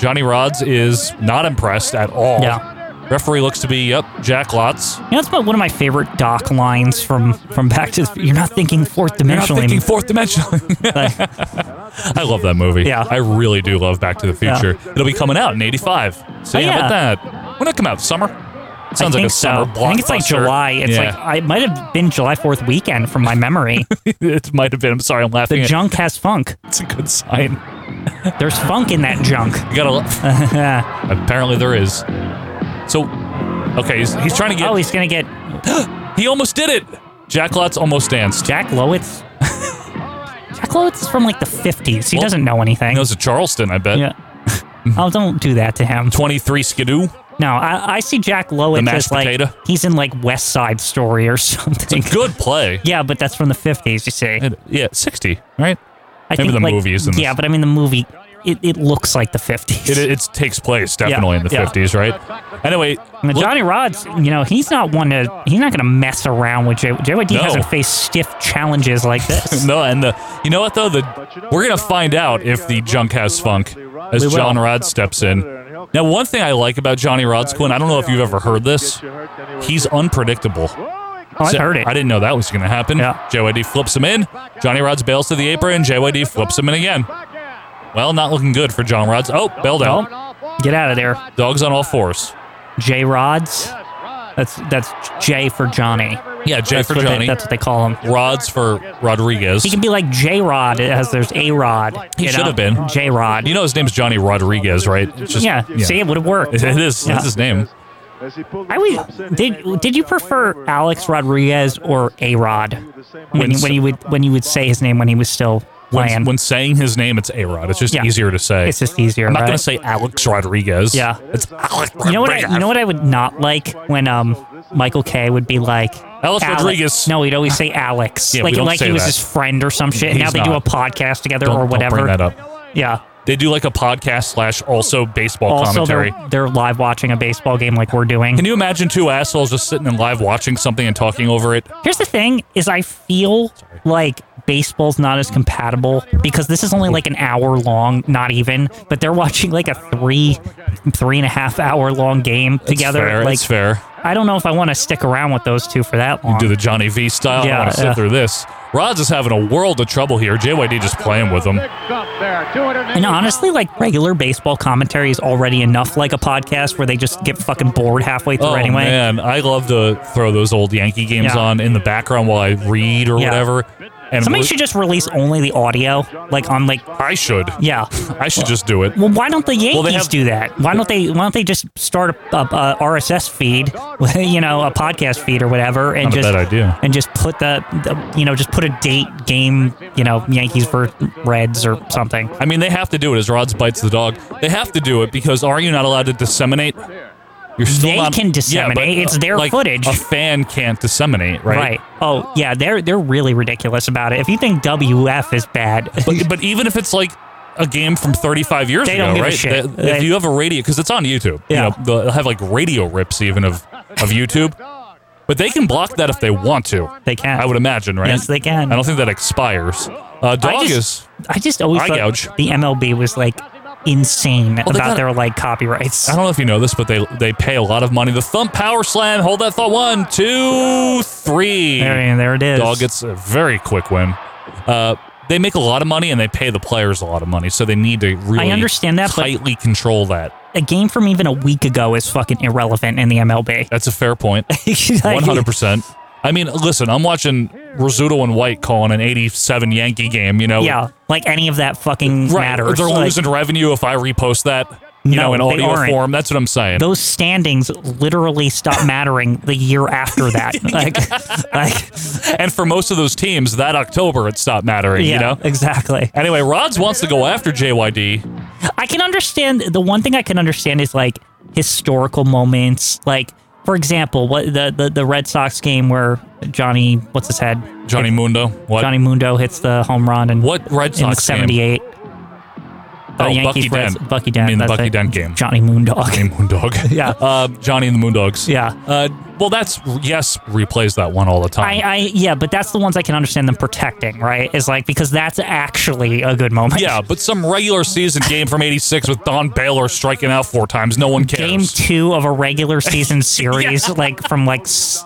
Johnny Rods is not impressed at all. Yeah. Referee looks to be, yep, Jack Lots. You know, it's about one of my favorite Doc lines from from Back to. the- You're not thinking fourth You're not dimensionally. thinking fourth dimensional. Like, I love that movie. Yeah. I really do love Back to the Yeah. Future. It'll be coming out in 85. So Oh, yeah, how about yeah. that. When did it come out? Summer? Sounds I like think a so. summer blockbuster. I think it's like July. It's Yeah. like I it might have been July Fourth weekend from my memory. it might have been. I'm sorry, I'm laughing. the at- junk has funk. It's a good sign. There's funk in that junk. You gotta. lo- Apparently there is. So, okay, he's, he's trying to get. oh, he's gonna get He almost did it. Jack Lots almost danced. Jack Lowitz. Jack Lowitz is from like the 50s. He Well, doesn't know anything. He knows a Charleston, I bet. Yeah. oh, don't do that to him. 23 Skidoo. No, I, I see Jack Lowitz The mashed as like potato? he's in like West Side Story or something. Good play. yeah, but that's from the 50s. You see, And- Yeah, 60, right? I Maybe the like, movie is in this. Yeah, but I mean the movie, it, it looks like the 50s. It, it takes place definitely in the yeah. 50s, right? Anyway, And look- Johnny Rods, you know, he's not one to, he's not going to mess around with J- JYD. No. hasn't faced stiff challenges like this. no, and the you know what though the we're gonna find out if the junk has funk as We will. John Rod steps in. Now, one thing I like about Johnny Rod's Quinn, I don't know if you've ever heard this, he's unpredictable. Oh, I So, heard it. I didn't know that was going to happen. Yeah. JYD flips him in. Johnny Rods bails to the apron. JYD flips him in again. Well, not looking good for John Rods. Oh, bailed out. Get out of there, Dogs on all fours. J Rods. That's that's J for Johnny. Yeah, J That's for what they- Johnny. that's what they call him. Rods for Rodriguez. He can be like J Rod as there's A Rod. He should have been. J Rod. You know his name's Johnny Rodriguez, right? It's just- yeah, see, it would have worked. It is. Yeah. That's his name. I always did. Did you prefer Alex Rodriguez or A Rod when, you- when you would when you would say his name when he was still When, playing? when saying his name, it's A Rod. It's just Yeah. easier to say. it's just easier. I'm not right? gonna say Alex Rodriguez. Yeah. it's Alex. You know what? Rodriguez. I, you know what I would not like when um Michael K would be like Alex Rodriguez. No, he'd always say Alex. Yeah, we like don't like say he was that. his friend or some shit. And now He's they do a not. podcast together Don't- or don't whatever. bring that up. Yeah. They do like a podcast slash also baseball Also, commentary. they're they're live watching a baseball game like we're doing. Can you imagine two assholes just sitting and live watching something and talking over it? Here's the thing: is I feel like baseball's not as compatible because this is only like an hour long, not even. But they're watching like a three, three and a half hour long game together. fair, Like it's fair. I don't know if I want to stick around with those two for that long. You do the Johnny V style. I Yeah, want to sit yeah. through this. Rods is having a world of trouble here. JYD just playing with him. And honestly, like regular baseball commentary is already enough, like a podcast where they just get fucking bored halfway through Oh anyway. man, I love to throw those old Yankee games Yeah. on in the background while I read or Yeah. whatever. And Somebody we- should just release only the audio, like on like. I should. Yeah, I should just do it. Well, why don't the Yankees they have- do that? Why don't they? Why don't they just start a, a, a RSS feed, you know, a podcast feed or whatever, and Not a just bad idea. and just put the, the, you know, just put a date game, you know, Yankees versus Reds or something. I mean, they have to do it as Rods bites the dog. They have to do it because are you not allowed to disseminate? You're still They not, can disseminate. uh, It's their like, footage. A fan can't disseminate, right? Oh, yeah. They're they're really ridiculous about it. If you think WF is bad, But, but even if it's like a game from 35 years They ago, don't give a right? shit. They- if They- you have a radio, because it's on YouTube, Yeah. you know, they'll have like radio rips even of, of YouTube. But they can block that if they want to. They can. I would imagine, right? Yes, they can. I don't think that expires. Uh, dog I is. just, I just always eye thought gouge. the MLB was like insane they about got- their like copyrights. I don't know if you know this, but they they pay a lot of money. The thump power slam. Hold that thought. One, two, three. There, and there it is. Dog gets a very quick win. Uh, they make a lot of money and they pay the players a lot of money, so they need to really I understand that, but- tightly control that. a game from even a week ago is fucking irrelevant in the MLB. That's a fair point. One hundred percent. I mean, listen, I'm watching Rizzuto and White calling an '87 Yankee game. You know, Yeah, like any of that fucking right? matters. They're Like, losing revenue if I repost that. You No, know, in they audio aren't. form. That's what I'm saying. those standings literally stop mattering the year after that. Like, like and for most of those teams, that October it stopped mattering. yeah, you know. exactly. Anyway, Rods wants to go after JYD. I can understand the one thing I can understand is like historical moments. Like, for example, what the the, the Red Sox game where Johnny what's his head Johnny Mundo. What? Johnny Mundo hits the home run and What Red in Sox game? '78. Oh, The Bucky Reds- Dent. Bucky I Dent. mean, the that's Bucky it. Dent game. Johnny Moondog. Johnny Moondog. Yeah. Uh, Johnny and the Moondogs. Yeah. Uh, well, that's yes replays that one all the time. I, I yeah, but that's the ones I can understand them protecting, right? Is like because that's actually a good moment. yeah, but some regular season game from '86 with Don Baylor striking out four times, no one cares. Game two of a regular season series, like from like s-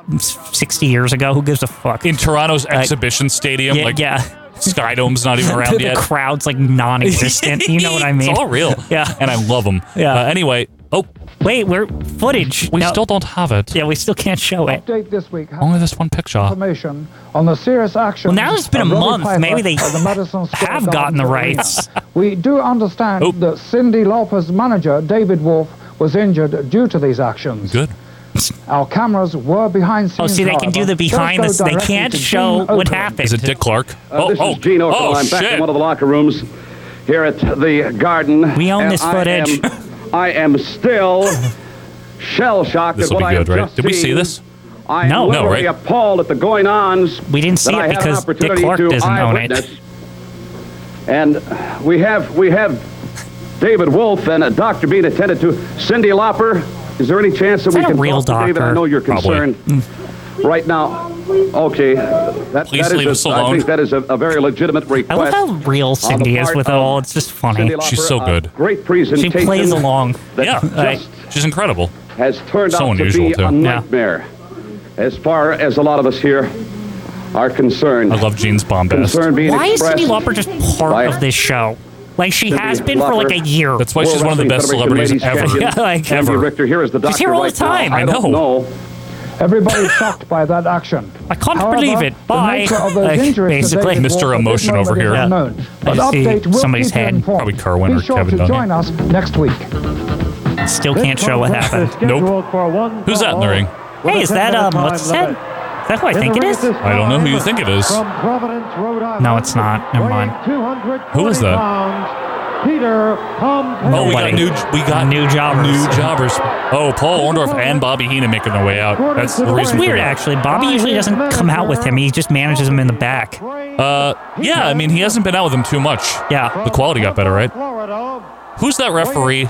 sixty years ago. Who gives a fuck? in Toronto's exhibition stadium, yeah, like yeah. Skydome's not even the around yet. crowd's like non-existent. you know what I mean? It's all real. Yeah. and I love them. Yeah. Uh, anyway, oh, Wait, we're footage. we No. still don't have it. Yeah, we still can't show it. Update this week has Only this one picture. information on the serious action. now it's been a month. Maybe they have gotten the rights. We do understand Oh. that Cindy Lauper's manager, David Wolf, was injured due to these actions. Good. Our cameras were behind scenes. Oh, see, they can do however. the Those behind go the. s- They directly can't to show Gene what Okerlund. happened. Is it Dick Clark? Uh, this is Gene Okerlund. oh, I'm back in one of the locker rooms here at the Garden. We own and this I footage. am- I am, still shell shocked at This will what be I have good, right? just Did we see seen. this? I am No. No, right? literally appalled at the going ons. We didn't see it because Dick Clark doesn't own it. And we have we have David Wolf and a doctor being attended to. Cindy Lauper, is there any chance that Is we that a can real talk today that I doctor? know you're Probably. concerned Hmm. right now? Okay, that, Please that is leave a- us I alone. think that is a, a very legitimate I request. love how real on the Cindy is part with it of all. It's just funny. Cindy Lauper, She's so a good. great presentation. She plays along. that Yeah. just She's incredible. has turned So out to unusual, be too. a Yeah. nightmare. As far as a lot of us here are concerned. I love Gene's bombast. Concern being Why is Cindy expressed Lauper just part by- of this show? Like she Cindy has been for like a Lauper. year. That's why she's one of the best World Wrestling celebrities ever. Federation ladies Yeah, like- champion, Andy ever. Richter here is the doctor She's here all the right now. time. I I don't know. know. Everybody shocked by that action. I can't However, believe it. the Bye. nature of those Like, injuries to basically. Mr. David Wolf at this Emotion moment over is here. Yeah. unknown, but I see update will somebody's keep you head. informed. Probably Kerwin Be or sure Kevin to Dunn. join us next week. Oh, Still can't show what happened. Uh, Nope. Who's that in the ring? Hey, is that um what's that? Is that who I think it is? I don't know who you think it is. From Providence, Rhode Island. No, it's not. Never mind. Who is that? Pounds, Peter Pompey. Oh, we got Nobody. new. We got New jobbers. New jobbers. Oh, Paul Orndorff and Bobby Heenan making their way out. That's the It's reason. for Oh, weird that. actually. Bobby usually doesn't come out with him. He just manages him in the back. Uh, yeah. I mean, he hasn't been out with him too much. Yeah. The quality got better, right? Florida. Who's that referee?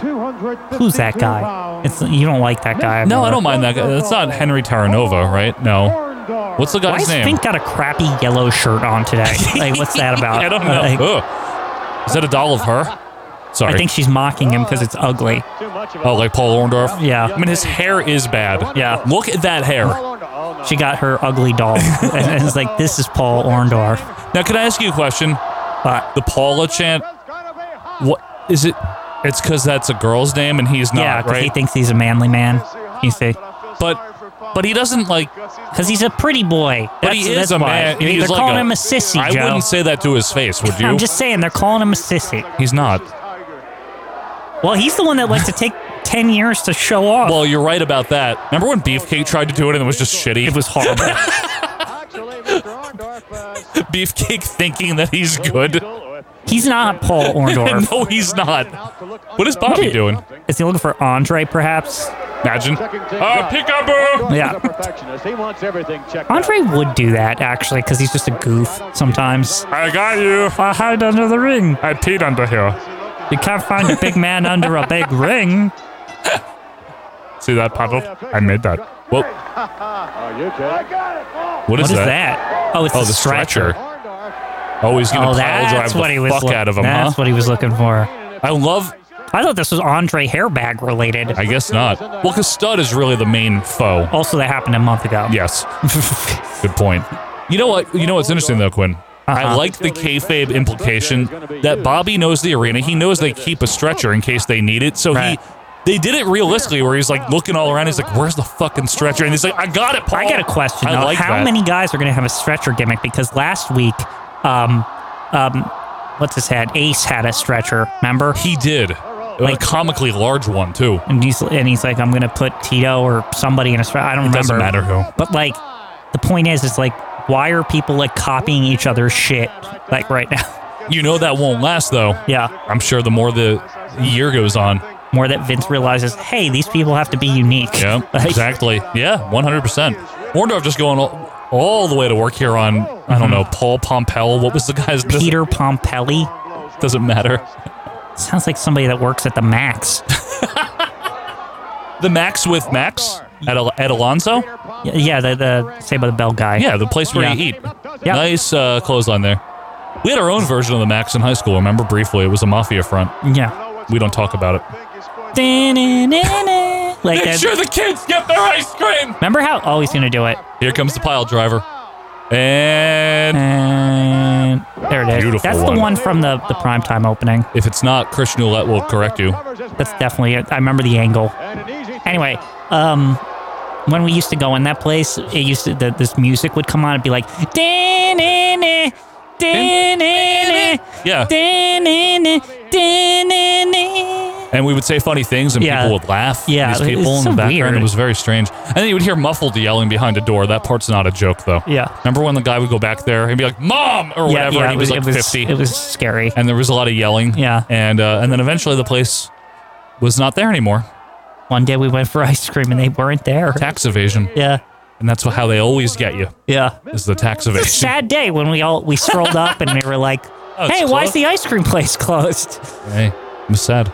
Who's that guy? It's you don't like that guy. No, I remember. don't mind that guy. That's not Henry Taranova, right? No. What's the Why guy's is name? Fink got a crappy yellow shirt on today? like what's that about? I don't know. Like, Ugh. Is that a doll of her? Sorry. I think she's mocking him because it's ugly. oh, like Paul Orndorff. Yeah. I mean, his hair is bad. Yeah. Look at that hair. She got her ugly doll. and it's like, this is Paul Orndorff. Now, can I ask you a question? Uh, But The Paula chant. What is it? It's because that's a girl's name and he's not yeah, because right. he thinks he's a manly man. You see? but But he doesn't like because he's a pretty boy. But he That's- is that's a why. man. They're He's like calling a- him a sissy, I Joe. wouldn't say that to his face, would you? I'm just saying they're calling him a sissy. He's not. Well, he's the one that likes to take ten years to show off. Well, you're right about that. Remember when Beefcake tried to do it and it was just shitty? It was horrible. Beefcake thinking that he's good. He's not Paul Orndorff. no, he's not. What is Bobby doing? Is he looking for Andre, perhaps? Imagine. Uh, pick up her! Yeah. He wants everything checked. Andre would do that actually because he's just a goof sometimes. I got you. I hide under the ring. I peed under here. You can't find a big man under a big ring. See that puddle? I made that. Oh, Whoa, you what is, What is that? that? Oh, it's oh, the the stretcher. Oh, he's gonna pile oh, drive that's the what he was. fuck look- out of him, that's huh? what he was looking for. I love. I thought this was Andre Hairbag related. I guess not. Well, because Stud is really the main foe. Also, that happened a month ago. Yes. Good point. You know what? You know what's interesting though, Quinn. I Uh-huh. like the kayfabe implication that Bobby knows the arena. He knows they keep a stretcher in case they need it. So he, they did it realistically, where he's like looking all around. He's like, "Where's the fucking stretcher?" And he's like, "I got it, Paul." I got a question. Oh, I though. like How that. many guys are going to have a stretcher gimmick? Because last week, um, um, what's his head? Ace had a stretcher. Remember? He did. Like- a comically large one too. And he's and he's like, I'm going to put Tito or somebody in a stretcher. I don't It remember. doesn't matter who. But like, the point is, is like, why are people like copying each other's shit like right now? You know that won't last though. Yeah. I'm sure the more the year goes on. More that Vince realizes, hey, these people have to be unique. Yeah, Like- exactly. Yeah, 100%. Orndorff just going all, all the way to work here on, I don't know, Paul Pompel. What was the guy's Mm-hmm. Peter Pompelli. Doesn't matter. Sounds like somebody that works at the Max. The Max with Max at, Al- at Alonso? yeah, the, the Say by the Bell guy. Yeah, the place where Yeah. you eat. Yeah. Nice uh, clothesline there. We had our own version of the Max in high school, remember briefly. It was a mafia front. Yeah. We don't talk about it. like Make that. sure the kids get their ice cream! Remember how? Oh, he's gonna do it. Here comes the pile driver. And And there it is. Beautiful That's one. the one from the the primetime opening. if it's not, Christian Ouellette will correct you. That's definitely it. I remember the angle. Anyway, um, when we used to go in that place, it used to the, this music would come on. It'd be like. "Da-na-na, da-na-na, Yeah. da-na-na, da-na-na." and we would say funny things and Yeah. people would laugh Yeah, these it- people it's in the so background weird. it was very strange and then you would hear muffled yelling behind a door that part's not a joke though Yeah. remember when the guy would go back there and be like mom or whatever and he it was, like it was, 50 It was scary. and there was a lot of yelling Yeah. and uh, and then eventually the place was not there anymore One day we went for ice cream and they weren't there. tax evasion Yeah. and that's how they always get you Yeah. is the tax It's a evasion sad day when we all we strolled up and we were like, Oh, it's "Hey, why is closed? the ice cream place closed?" hey i'm sad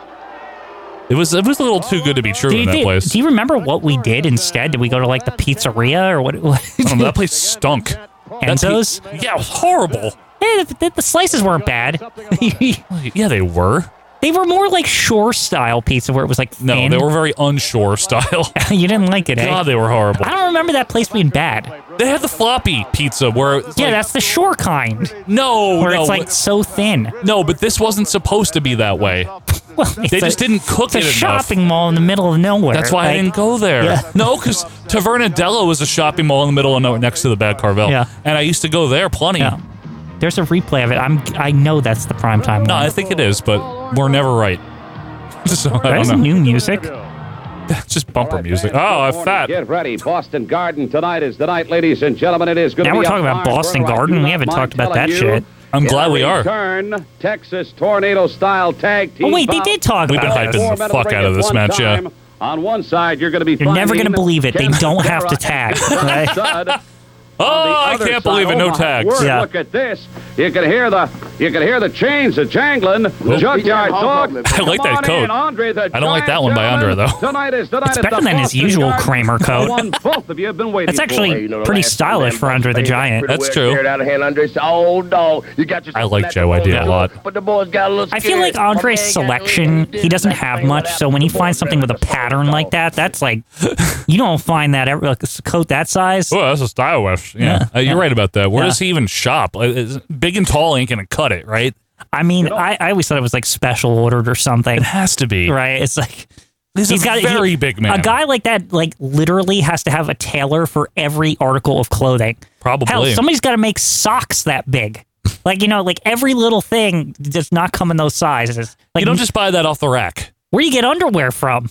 it was it was a little too good to be true Do in you, that thi- place do you remember what we did instead? Did we go to like the pizzeria or what? what I don't know, that place stunk That's- Enzo's? yeah it was horrible Eh, the, the- the slices weren't bad. yeah they were they were more like shore style pizza where it was like no thin. they were very unsure style you didn't like it, eh? God, they were horrible. I don't remember that place being bad. They had the floppy pizza where it's Yeah, like- that's the shore kind no, where no, it's like so thin. no, but this wasn't supposed to be that way. Well, it's They a- just didn't cook It's a it enough. shopping mall in the middle of nowhere. That's why I Like, didn't go there. Yeah. No, because Tavernadello was a shopping mall in the middle of nowhere next to the Bad Carvel. Yeah. And I used to go there plenty. Yeah. There's a replay of it. I'm I know that's the prime time. No, one. I think it is, but we're never right. so I That don't is know. new music. That's just bumper music. Oh, I'm fat. Get ready. Boston Garden tonight is the night, ladies and gentlemen. It is going to Now be we're a talking about fire Boston burner. I do Garden. We not haven't mind talked about telling that you, shit. I'm glad we are. Turn Texas Tornado style tag team. Oh wait, they bout. did talk We've about been hyping it. Four the men in fuck ring out of at this one match, yeah. time. On one side, you're going to be. You're never gonna finding believe it. They Kevin don't have to tag. Stud. Oh, I other can't side. believe it. Oh, No my tags. word, Yeah. Look at this. You can hear the you can hear the chains a jangling. Junkyard dog. I like that code. I don't like that one by Andre, though. Tonight is the night It's at better the than his Boston usual Garden. Kramer The code. one both of you have been waiting That's for. actually pretty stylish for Andre the Giant. That's true. I like Joe ID a lot. I feel like Andre's selection, he doesn't have much. So when he finds something with a pattern like that, that's like you don't find that ever. Like, a coat that size. Oh, that's a style wish. Yeah, Yeah. Uh, you're right about that. Where Yeah. does he even shop? Uh, is- Big and tall ain't gonna cut it, right? I mean, I, I always thought it was like special ordered or something, Has to be. right? It's like He's, He's a got very he- big man. A guy like that, like literally, has to have a tailor for every article of clothing. Probably. Hell, somebody's got to make socks that big. like you know, like every little thing does not come in those sizes. Like you don't just buy that off the rack. where you get underwear from.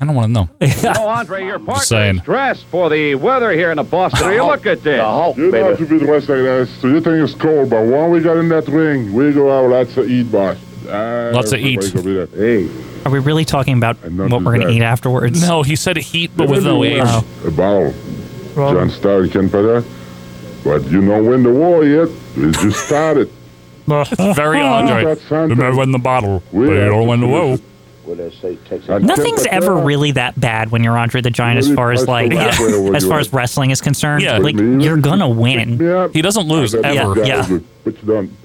I don't want to know. Oh, Andre, your Just saying. partner's dressed for the weather here in Boston. area. Look at this. You know how to be dressed like that. So you think it's cold, but when we got in that ring, we go out lots to eat, boss. Uh, Lots to eat. everybody's gonna be there. Hey, Are we really talking about what we're going to that. eat afterwards? No, he said heat, but with no everybody age. wears A bottle. Well- John Stark can put that. But you don't win the war yet. It just started. Very Andre. Remember when the bottle, but you don't win the woe. Nothing's ever really that bad when you're Andre the Giant, as far as like as far as wrestling is concerned. Yeah. like you're gonna win. He doesn't lose ever. Yeah, yeah. What you done?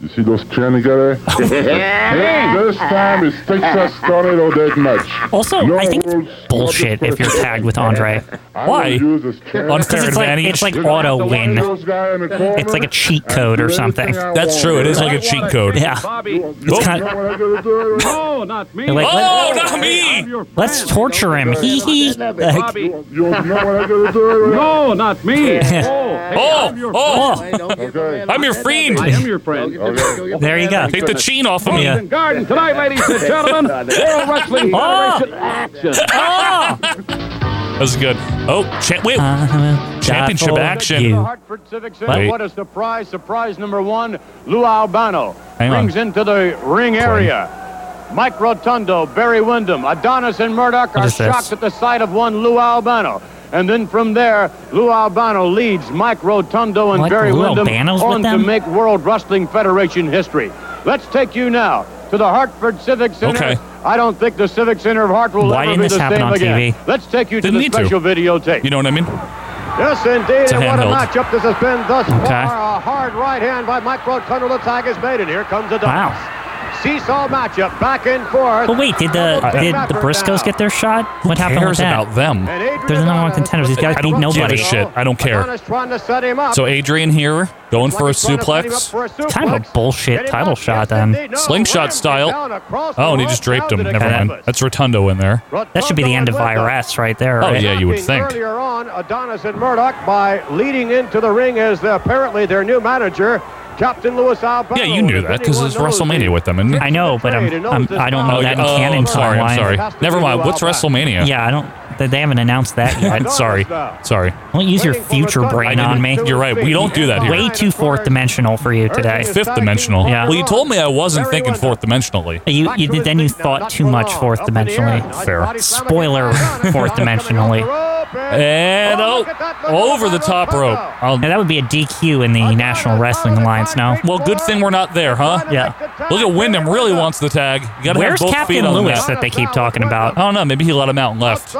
You see those training guys? Yeah. This time it's Texas tornado that much. Also, I think it's bullshit if you're tagged with Andre. Why? Because it's like, it's like auto win. It's like a cheat code or something. That's true. It is like a cheat code. Yeah. It's kind of, no, not me. You're like, Oh, let- not me! let's torture him. He he. uh, Like, "Oh." Bobby. No, not me. Oh, oh, Okay. I'm your friend. I am your friend. oh. there you go. Take the sheen off Oh, of me. Boston Garden tonight, ladies and gentlemen. World Wrestling Oh. Federation action. That's good. Oh, cha- wait. Uh, Championship action. Hartford Civic Center. Wait. What is the prize? Surprise number one, Lou Albano Hang on. brings into the ring area. Mike Rotundo, Barry Windham, Adonis and Murdoch What are is this? shocked at the sight of one Lou Albano. And then from there, Lou Albano leads Mike Rotundo and What? Barry Lou Windham Albano's with on to them? make World Wrestling Federation history. Let's take you now to the Hartford Civic Center. Okay. I don't think the Civic Center of Hartford will Why ever didn't be this the happen same on again. TV? Let's take you to Didn't the need to. special videotape. You know what I mean? Yes, indeed. It's a and what a handheld. matchup this has been thus Okay. far. A hard right hand by Mike Rotundo. The Tigers made, and here comes a Wow. seesaw matchup back and forth. But wait, did the did the Briscoes get their shot? What happened Uh, cares with that? about them? And Adrian They're the number one contenders. These guys I beat don't give nobody. a shit. I don't care. Adonis trying to set him up. So Adrian here going for a suplex. It's kind of a bullshit title shot then. Slingshot style. Oh, and he just draped him. Never Yeah. mind. That's Rotundo in there. That should be the end of IRS right there. Oh right? yeah, you would think. Earlier on, Adonis and Murdoch by leading into the ring as the, apparently their new manager, Captain Louis Albano. Yeah, you knew that because it's WrestleMania with them, and I know, but I'm, I'm I don't know that in oh, canon I'm sorry. I'm timeline. sorry. Never mind. What's Wrestlemania? Yeah, I don't. They, they haven't announced that yet. sorry. Sorry. Don't use your future brain I on me. didn't- You're right. We don't do that here. Way too fourth dimensional for you today. Fifth dimensional. Yeah. Well, you told me I wasn't thinking fourth dimensionally. You, you then you thought too much fourth dimensionally. Fair. Spoiler fourth dimensionally. And oh, over the top rope. Now, that would be a DQ in the National Wrestling Alliance now. Well, good thing we're not there, huh? Yeah. Look at Wyndham really wants the tag. You gotta Where's have both Captain feet on Lewis that. that they keep talking about? I don't know. Maybe he let him out and left.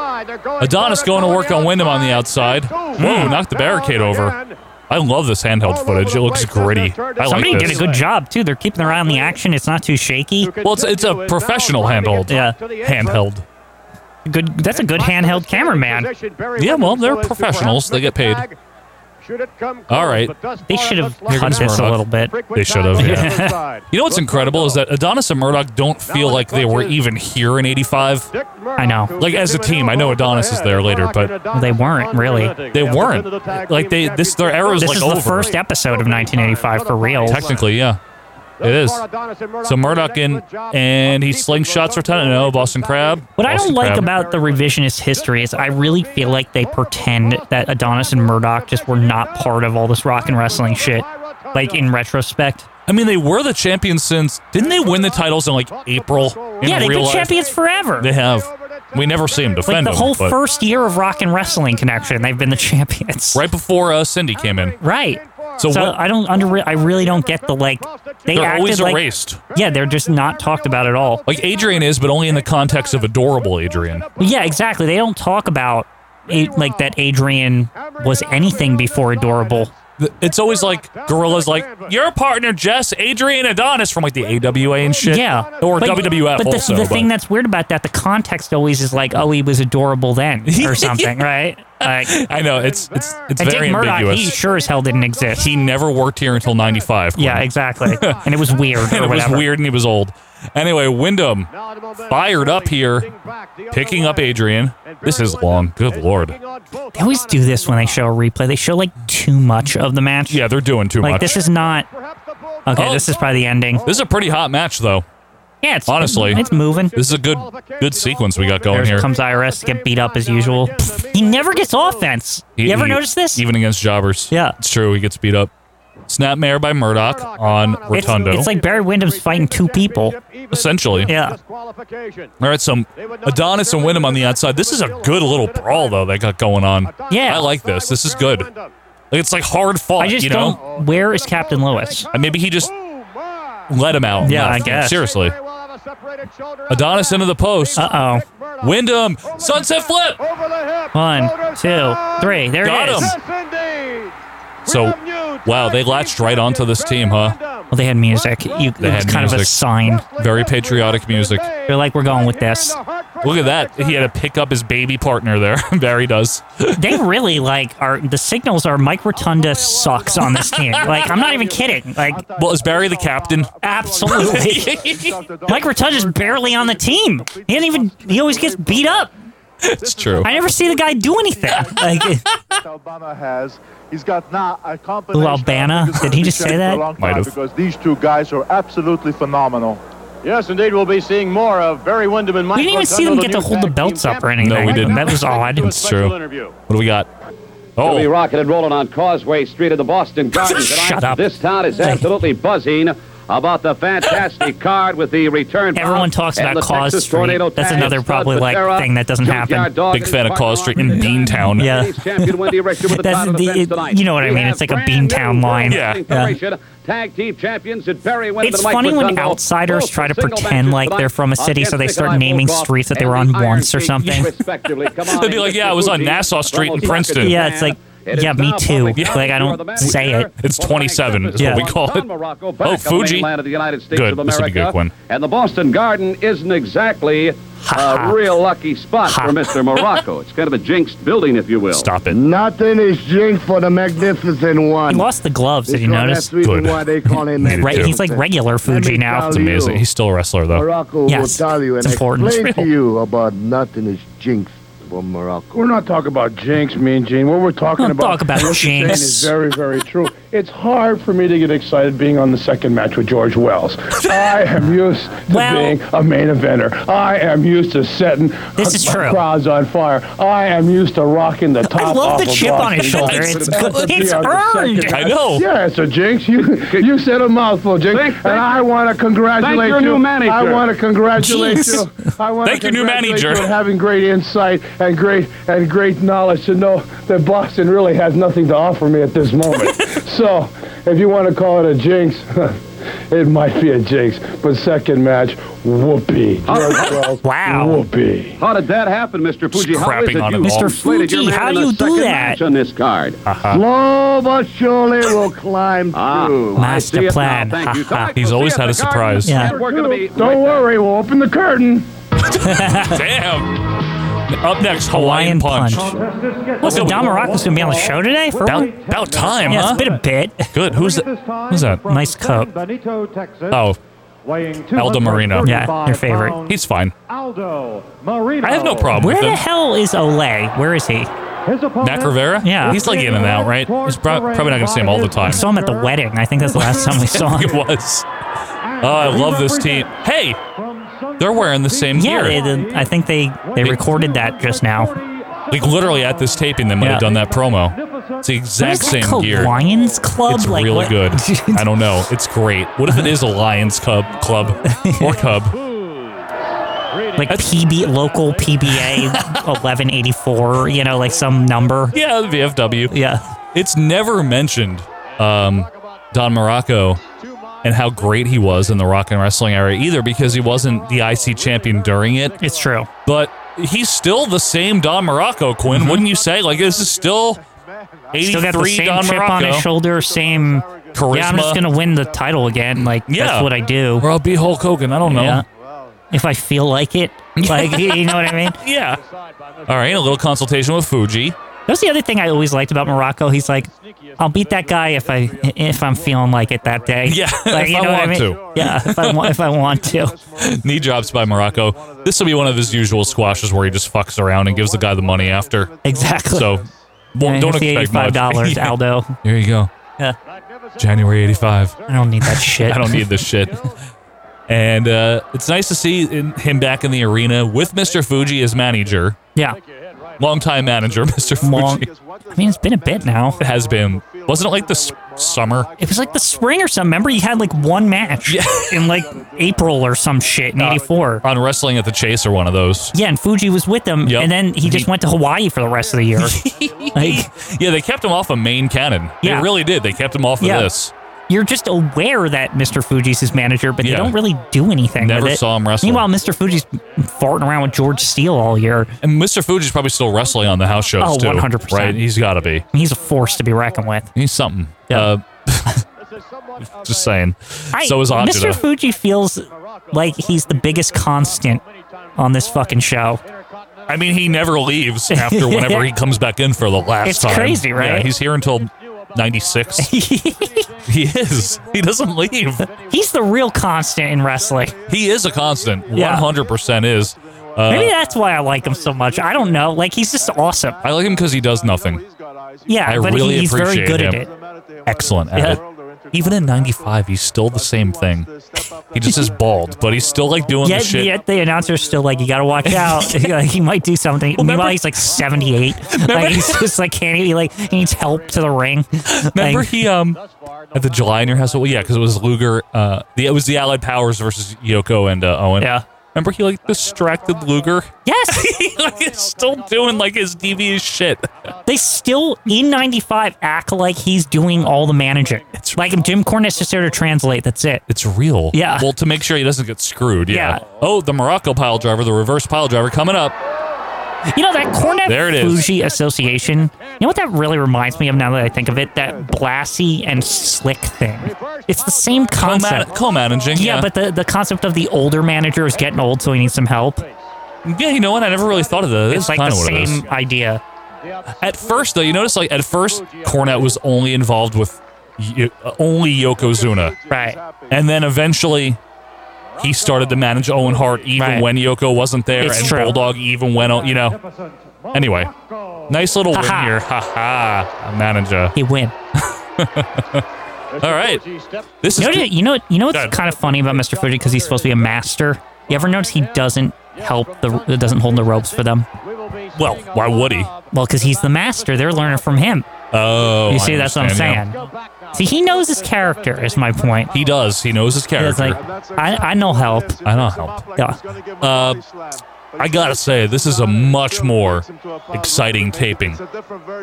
Adonis going to work on Wyndham on the outside. Whoa, knocked the barricade over. I love this handheld footage. It looks gritty. I like Somebody this. did a good job too. They're keeping their eye on the action. It's not too shaky. Well, it's, it's a professional handheld. Yeah. Handheld. Good. That's a good handheld cameraman. Yeah, well, they're professionals. They get paid. All right. They should have Here cut comes this a Murdoch. little bit. They should have. Yeah. you know what's incredible is that Adonis and Murdoch don't feel like they were even here in '85. I know. Like as a team, I know Adonis is there later, but They weren't really. they weren't. Like they, this their era is This like is over. the first episode of 1985 for real. Technically, yeah, it is. So Murdoch in, and he slingshots Rotunda. No, Boston Crab. What I Boston don't like Crab. about the revisionist history is I really feel like they pretend that Adonis and Murdoch just were not part of all this rock and wrestling shit. Like in retrospect. I mean, they were the champions since. Didn't they win the titles in like April? In yeah, they've real been life? champions forever. They have. We never see him like defend the them, whole but- first year of rock and wrestling connection, they've been the champions. right before uh, Cindy came in. Right. So So, what- I don't under I really don't get the like they They're acted always like- erased. Yeah, they're just not talked about at all. Like Adrian is, but only in the context of adorable Adrian. Well, yeah, exactly. They don't talk about a, like that Adrian was anything before adorable. Th- It's always like gorillas, like your partner Jess, Adrian Adonis from like the AWA and shit. Yeah, or But- WWF But the, also. the but- thing that's weird about that, the context always is like, oh, he was adorable then or something, right? I know it's it's it's and very Dick Murdoch, ambiguous. he sure as hell didn't exist. He never worked here until '95. Yeah, exactly. and it was weird. and or it was whatever. weird and he was old. Anyway, Wyndham fired up here, picking up Adrian. This is long. Good lord. They always do this when they show a replay. They show like too much of the match. Yeah, they're doing too like, much. this is not. Okay, Oh, this is probably the ending. This is a pretty hot match, though. Yeah, it's honestly, it's moving. This is a good good sequence we got going There here. comes IRS to get beat up as usual. Pfft, He never gets offense. He- You ever he- notice this? Even against jobbers. Yeah. It's true. He gets beat up. Snapmare by Murdoch on It's, Rotundo. it's like Barry Windham's fighting two people. Essentially. Yeah. All right, some Adonis and Wyndham on the outside. This is a good little brawl, though, they got going on. Yeah. I like this. This is good. Like, it's like hard fought, I just you don't. know? Where is Captain Lewis? And maybe he just let him out. Yeah, Left. I guess. Seriously. Adonis into the post. Uh oh. Wyndham, sunset flip. One, two, three. There Got it is. him. So, wow, they latched right onto this team, huh? Well, they had music. You, They it was had kind of a music. sign. Very patriotic music. They're like, we're going with this. Look at that. He had to pick up his baby partner there. Barry does. they really like are the signals are Mike Rotunda sucks on this team. Like I'm not even kidding. Like well, is Barry the captain? Ah. Absolutely. Mike Rotunda's barely on the team. He didn't even. He always gets beat up. It's true. I never see the guy do anything. Like Albana has. He's got now a combination. Lou Albana? of- Did he just say that? For a long time Might have. Because these two guys are absolutely phenomenal. Yes, indeed, we'll be seeing more of Barry Wyndham and Mike. we didn't even see them get to hold the belts up or anything. No, we didn't. That was odd. It's true. What do we got? Oh. We'll be rocking and rolling on Causeway Street in the Boston Garden tonight. Shut up. This town is absolutely buzzing about the fantastic card with the return. Everyone bounce talks and about the Cause Texas Street. Tornado That's Tag, another Stud probably, like, Patera, thing that doesn't Junkyard happen. Dog Big and fan of Parker Call Street and Beantown. Yeah. Ladies champion Wendy Richter with the That's title the- defense tonight. you know what I We mean. have It's like a brand new Beantown line. World Wrestling Yeah. Federation Tag team champions at Barry Windham and It's Mike funny when Rotundo. outsiders Both try to for single pretend matches like they're from a tonight city, so they against start Nikolai naming Volkov streets that they and were on the Iron once or Sheik, something. respectively. Come on They'd be in, like, Mr. yeah, I was on Fuji, Nassau Street in Ramos Princeton. Yeah, it's like, It yeah, is me now too. public Like, I don't say it. It's 27 is Yeah. what we call Don it. Morocco back Oh, on the Fuji. mainland of the United States Good. of This would be a America. good one. And the Boston Garden isn't exactly a real lucky spot for Mr. Morocco. It's kind of a jinxed building, if you will. Stop it. Nothing is jinx for the magnificent one. He lost the gloves. Did you Because notice? That's the reason why they call him Needed Right, to. he's like regular Fuji now. It's amazing. He's still a wrestler, though. Morocco Yes, will tell you and it's important. explain It's to real. you about nothing is jinx for Morocco. We're not talking about jinx, me and Gene. What we're talking Don't about, talk about what you're saying jinx. is very, very true. It's hard for me to get excited being on the second match with George Wells. I am used to Well- being a main eventer. I am used to setting This is h- true. crowds on fire. I am used to rocking the top. I love off the of chip on his Boston shoulder. College. It's And good. to be It's on the second earned. match- I know. Yeah, it's a jinx. You you said a mouthful, jinx, Thank- and thank- I want to congratulate thank your you. new manager. I want to congratulate Jeez. you. I want Thank to your new congratulate manager. you on having great insight and great and great knowledge to know that Boston really has nothing to offer me at this moment. so, if you want to call it a jinx, it might be a jinx. But second match, whoopee. George Wells, Wow. Whoopee. How did that happen, Mr. Fuji? Just How is crapping it on you it all. have slated your Fuji, man how in do the you do second that? match on this card? Uh-huh. Slow but surely will climb through. I Master Ah. see it now. plan. Thank you. Tonight He's we'll always see you had at a the Garden. surprise. Yeah. And We're going to be Don't worry, we'll open the curtain. Damn. Up next, Hawaiian, Hawaiian Punch. Punch. Listen, Don Morocco's gonna be on the show today for About, one? about time, Yeah, huh? it's been a bit. Good. Who's that? Who's that? Nice coat. Benito, Texas. Oh, Weighing Aldo Marino. 235 pounds, He's fine. Aldo Marino. I have no problem Where with the him. hell is Olay? Where is he? His opponent, Mac Rivera? Yeah. He's like in and out, right? He's prob- probably not going to see him all the I time. saw him at the wedding. I think that's the last time we saw it him. was. Oh, I love this team. Hey, they're wearing the same Yeah, they gear. did. I think they they recorded that just now. Like literally at this taping, they might Yeah. have done that promo. It's the What exact is that same called? gear. Lions Club? It's like, really what- good. I don't know. It's great. What if it is a Lions Cub club or Cub? like PB local PBA 1184, you know, like some number. Yeah, the VFW. Yeah. It's never mentioned um, Don Morocco and how great he was in the rock and wrestling era either because he wasn't the IC champion during it. It's true. But he's still the same Don Morocco, Quinn, wouldn't you say? Like, this is still 83 Still Mm-hmm. got the same Don chip Morocco. on his shoulder, same Yeah, I'm Charisma. just gonna win the title again. Like Yeah. that's what I do. Or I'll be Hulk Hogan. I don't know. Yeah. If I feel like it, like you know what I mean. Yeah. All right, a little consultation with Fuji. That was the other thing I always liked about Morocco. He's like, I'll beat that guy if I if I'm feeling like it that day. Yeah, like, if you I know what want mean? to. Yeah, if I want if I want to. Knee drops by Morocco. This will be one of his usual squashes where he just fucks around and gives the guy the money after. Exactly. So won't- And don't here's the expect much. $85, Yeah. Aldo. Here you go. Yeah. January 85. I don't need that shit. I don't need this shit. And uh, it's nice to see in, him back in the arena with Mr. Fuji as manager. Yeah. Longtime manager, Mr. Fuji. Long- I mean, it's been a bit now. It has been. Wasn't it like this summer? It was like the spring or something. Remember, he had like one match in like April or some shit Uh, in '84. On Wrestling at the Chase or one of those. Yeah, and Fuji was with him, Yep. and then he just went to Hawaii for the rest of the year. like, yeah, they kept him off a main cannon. Yeah. They really did. They kept him off of Yeah. this. you're just aware that Mr. Fuji's his manager, but Yeah. they don't really do anything. Never with it. saw him wrestle. Meanwhile, Mr. Fuji's farting around with George Steele all year. And Mr. Fuji's probably still wrestling on the house shows Oh, too. 100%. Right? He's got to be. He's a force to be reckoned with. He's something. Uh, just saying. I- so is Mr. Ajita. Fuji feels like he's the biggest constant on this fucking show. I mean, he never leaves after whenever he comes back in for the last It's time. crazy, right? Yeah, he's here until 96. he is. He doesn't leave. He's the real constant in wrestling. He is a constant. Yeah. 100% is. Uh, Maybe that's why I like him so much. I don't know. Like he's just awesome. I like him because he does nothing. Yeah, I but really he's very appreciate good at him. it. Excellent at Yeah. it. Even in 95, he's still the same thing. He just is bald, but he's still like doing the Yet, shit. yet the announcer's still like, you gotta watch out. Like, he might do something. Meanwhile, he's like 78. Like, he's just like, can't he? Like, he needs help to the ring. Remember Like, he um at the July in your house? Well, yeah, because it was Luger. Uh, the, it was the Allied Powers versus Yoko and uh, Owen. Yeah. Remember he like distracted Luger. Yes. he like, is still doing like his devious shit. they still, in 95, act like he's doing all the managing. It's like if Jim Cornette's just there to translate. That's it. It's real. Yeah. Well, to make sure he doesn't get screwed. Yeah. Yeah. Oh, the Morocco pile driver, the reverse pile driver coming up. You know that Cornet There it is. Fuji association. You know what that really reminds me of now that I think of it? That Blassie and Slick thing. It's the same concept. co-managing, yeah. but the, the concept of the older manager is getting old, so he needs some help. Yeah, you know what? I never really thought of that. It's That's like kinda the what it is. same idea. At first, though, you notice like at first, Cornette was only involved with y- uh, only Yokozuna, right? And then eventually, he started to manage Owen Hart even Right. when Yoko wasn't there, It's and true. Bulldog even when you know. Anyway, nice little win Ha-ha. here, haha, manager. He win. All right, this is you know, good. what- you know, you know what's kind of funny about Mr. Fuji because he's supposed to be a master. You ever notice he doesn't help the doesn't hold the ropes for them? well. Why would he? Well, because he's the master. They're learning from him. Oh, you I see, that's what I'm saying. understand, yeah. See, he knows his character. Is my point. He does. He knows his It's character. like I, I know help. I know help. Yeah. Uh, I gotta say, this is a much more exciting taping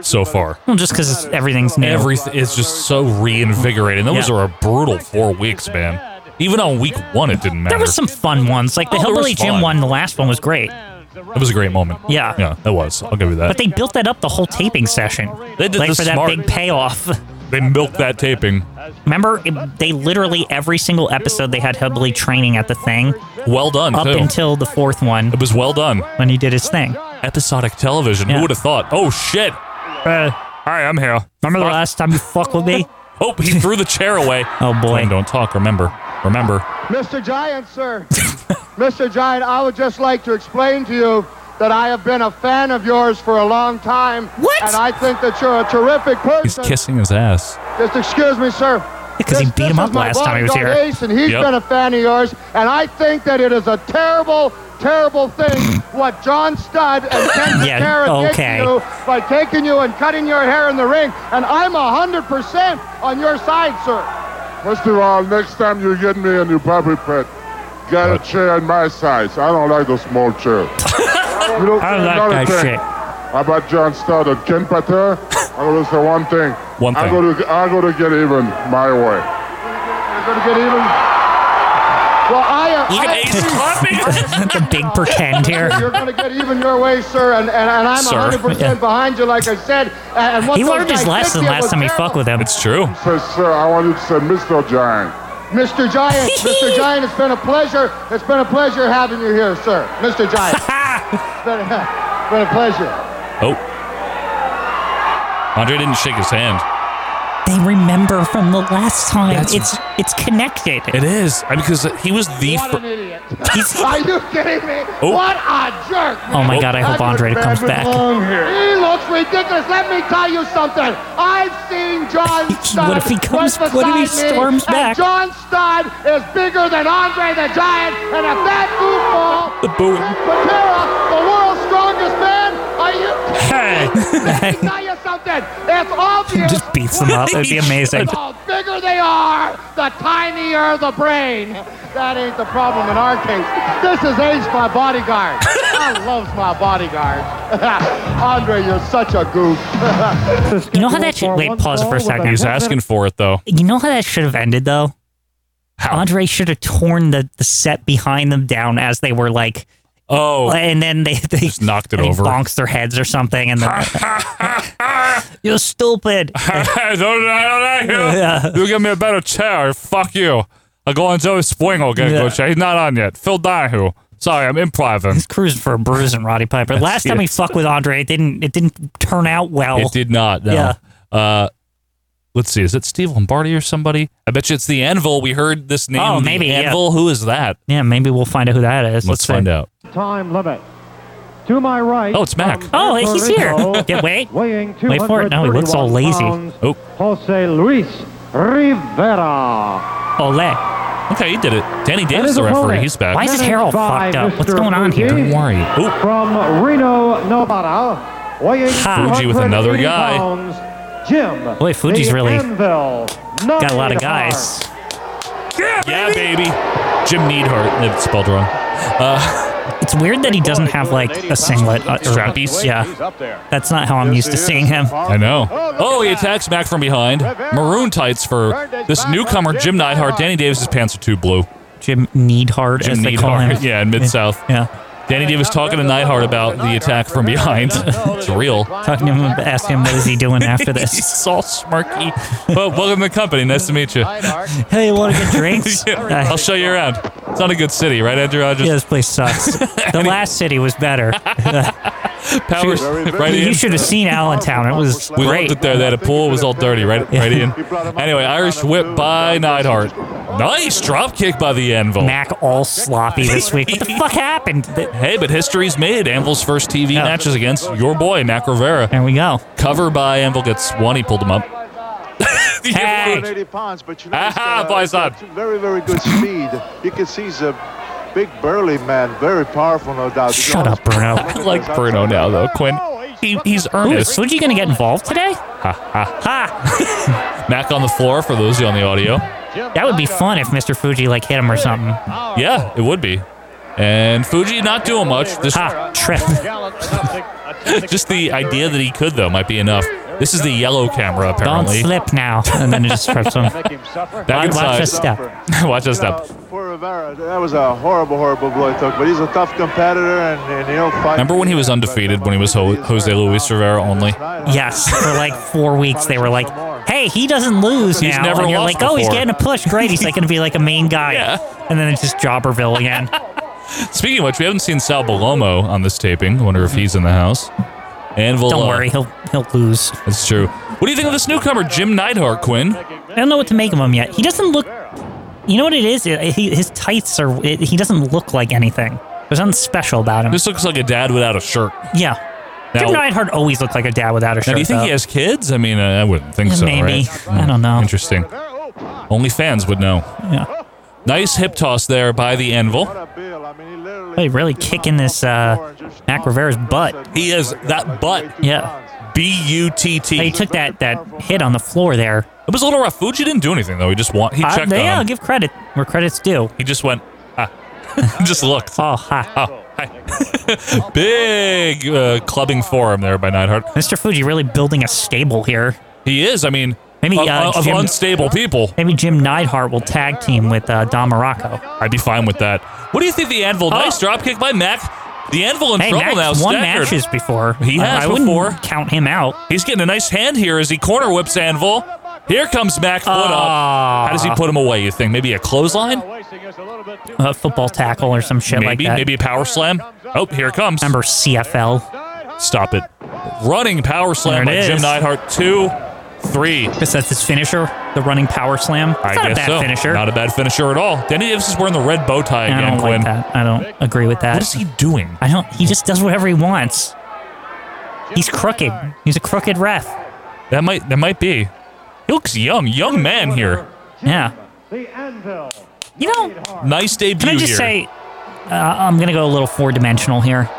so far. Well, just because everything's new. Everything is just so reinvigorating. Those Yeah. were a brutal four weeks, man. Even on week one, it didn't matter. there was some fun ones. Like the Oh, there was Hillbilly Jim fun. one, the last one was great. It was a great moment. Yeah. yeah, it was. I'll give you that. But they built that up the whole taping session. They did like this for smart. that big payoff. They milked that taping. Remember, it- they literally every single episode they had Hillbilly training at the thing. Well done. Up too. until the fourth one. It was well done. When he did his thing. Episodic television. Who Yeah. would have thought? Oh shit! Uh, Hi, I'm here. remember the last time you fuck with me? Oh, he threw the chair away. Oh boy. Don't talk. Remember. Remember. Mr. Giant, sir. Mr. Giant, I would just like to explain to you that I have been a fan of yours for a long time. What? And I think that you're a terrific He's person. kissing his ass. Just excuse me, sir. Because he beat him up My last time he was bodyguard here. Ace, and he's Yep. been a fan of yours, and I think that it is a terrible, terrible thing what John Studd and Ken Yeah, Patera okay. did to you by taking you and cutting your hair in the ring, and I'm 100% on your side, sir. First of all, next time you get me a new puppy pet, get a chair in my size. I don't like those small chairs. you don't I say like another that thing shit. About John Stott and Ken Pater, I'm going to say one thing. One I'm thing. going to, I'm going to get even my way. You're going to get even. Well, I, uh, Look I, at Ace clapping. the big pretend here. You're going to get even your way, sir, and, and, and I'm Sir. 100% behind you, like I said. And and what He those learned his guys lesson did to you last was time he fucked with him. It's true. Say, sir, I want you to say Mr. Giant. Mr. Giant, Mr. Giant, it's been a pleasure. It's been a pleasure having you here, sir. Mr. Giant. it's been, been a pleasure. Oh. Andre didn't shake his hand. They remember from the last time. That's- it's it's connected. It is I- because he was the. What fir- an idiot. He's- Are you kidding me? Oh. What a jerk! Oh my man. God, I hope That's Andre what comes bad back. belong here. He looks ridiculous. Let me tell you something. I've seen John Studd. if he comes- was what if he beside me, storms and back? John Studd is bigger than Andre the Giant, and if that goofball, the booing. Patera, the world's strongest man, are you? Hey. Let me tell you something. It's obvious. Just beats them up. It'd be amazing. The bigger they are, the tinier the brain. That ain't the problem in our case. This is Ace, my bodyguard. I loves my bodyguard. Andre, you're such a goof. You know how that should wait. Pause for a second. He's asking for it though. You know how that should have ended though. Andre should have torn the, the set behind them down as they were like. Oh, and then they they just knocked it over. Bonks their heads or something, and then you're stupid. don't, I don't know you. Yeah. You give me a better chair. Fuck you. I go on Joey Springle again, Yeah. Coach. He's not on yet. Phil Donahue. Sorry, I'm improvising. cruising for a bruise and Roddy Piper. Last time we Yes. fucked with Andre, it didn't it didn't turn out well. It did not. No. Oh. Yeah. Uh, let's see. Is it Steve Lombardi or somebody? I bet you it's the Anvil. We heard this name. Oh, the maybe, yeah. Anvil. Who is that? Yeah, maybe we'll find out who that is. Let's see. find out. Time limit. To my right. Oh, it's Mac. from Oh, he's here. Puerto Rico, Yeah, wait. Weighing Wait for it. No, he looks all 231 lazy. pounds, Oh. Jose Luis Rivera. Ole. Okay, he did it. Danny And Davis, his the referee. opponent, He's back. Why is his hair all by fucked up? What's Mr. going on here? Fuji Don't worry. From Reno, Nevada. Weighing Ha. Fuji with another 280 guy. Pounds, Jim. Boy, Fuji's the really Anvil, Got a lot Navidad. of guys. Yeah, baby. Jim Needhart. It's spelled wrong. Uh, It's weird that he doesn't have like a singlet uh, or Strappies? Yeah, that's not how I'm used to seeing him. I know. Oh, he attacks Mac from behind. Maroon tights for this newcomer, Jim Neidhart. Danny Davis's pants are too blue. Jim Needhart, Jim as they call Neidhart. him. Yeah, in Mid South. Yeah. Danny Davis talking to Neidhart about the attack from behind. it's real. Talking to him, ask him what is he doing after this. He's all smirky. Well, welcome to the company. Nice to meet you. hey, want to get drinks? Uh, Yeah, I'll show you around. It's not a good city, right, Andrew Rogers? Yeah, this place sucks. The last city was better. Power right you in. should have seen Allentown. It was We great. loved it there. They had a pool. It was all dirty, right, right Ian? Anyway, Irish whip by Neidhart. Nice drop kick by the Anvil. Mac all sloppy this week. What the fuck happened? Th- Hey, but history's made. Anvil's first TV matches against your boy, Mac Rivera. There we go. Cover by Anvil gets one. He pulled him up. Hey, 180 pounds, but you know he's Ah, got, uh, Faisal. very, very good speed. You can see he's a big, burly man, very powerful, no doubt. He's shut always- up, Bruno. I like Bruno now, though. Quinn, he, he's Who earnest. is Fuji gonna get involved today? Ha, ha. Ha! Mac on the floor for those on the audio. That would be fun if Mr. Fuji like hit him or something. Yeah, it would be. And Fuji not doing much. This, Ha! Ah, Trip. just the idea that he could, though, might be enough. This is the yellow camera, Don't apparently. slip now. And then it just trips him. Back Watch- watch inside. us step. Watch us step. Uh, Poor Rivera, that was a horrible, horrible blow he took, but he's a tough competitor and, and he'll fight. Remember when he was undefeated when he was Ho- Jose Luis Rivera only? Yes, for like four weeks they were like, "Hey, he doesn't lose He's now," never and you're lost like, "Oh, he's before." getting a push. Great, he's like going to be like a main guy." Yeah. And then it's just Jobberville again. Speaking of which, we haven't seen Sal Balomo on this taping. I wonder if he's in the house. Anvil. Don't uh, worry, he'll he'll lose. That's true. What do you think of this newcomer, Jim Neidhart, Quinn? I don't know what to make of him yet. He doesn't look. You know what it is? It- he, his tights are. It, he doesn't look like anything. There's nothing special about him. This looks like a dad without a shirt. Yeah. Jim Now- Neidhart always looked like a dad without a shirt. Now, do you think though. he has kids? I mean, I I wouldn't think so. Maybe. right? Hmm. I don't know. Interesting. Only fans would know. Yeah. Nice hip toss there by the Anvil. Hey, really kicking this uh, Mac Rivera's butt. He is that butt. Yeah. B U T T. He took that that hit on the floor there. It was a little rough. Fuji didn't do anything though. He just want he Uh, checked yeah, on I'll him. give credit where credit's due. He just went. Ah. just looked. Oh, ha. Oh, hi. Big uh, clubbing forearm there by Neidhart. Mr. Fuji really building a stable here. He is. I mean, Maybe, of, uh, of Jim- unstable people. Maybe Jim Neidhart will tag team with uh, Don Morocco. I'd be fine with that. What do you think? The Anvil. Nice drop kick by Mac. The Anvil in Oh. hey, trouble Max now. won staggered. matches before. He I- has I, before. wouldn't count him out. He's getting a nice hand here as he corner whips Anvil. Here comes Mac foot Ah. up. How does he put him away? You think maybe a clothesline? A football tackle or some shit like Maybe that. maybe a power slam. Oh, here it comes. Remember CFL? Stop it. Running power slam There by it Jim is. Neidhart. Two, three. Guess that's his finisher, the running power slam. I It's not guess a bad so. finisher. Not a bad finisher at all. Danny Davis is wearing the red bow tie I again, don't Quinn. like that. I don't agree with that. What is he doing? I don't. He just does whatever he wants. He's crooked. He's a crooked ref. That might. That might be. He looks young. Young man here. Yeah. You know, Nice debut Can I just here. say, uh, I'm gonna go a little four dimensional here.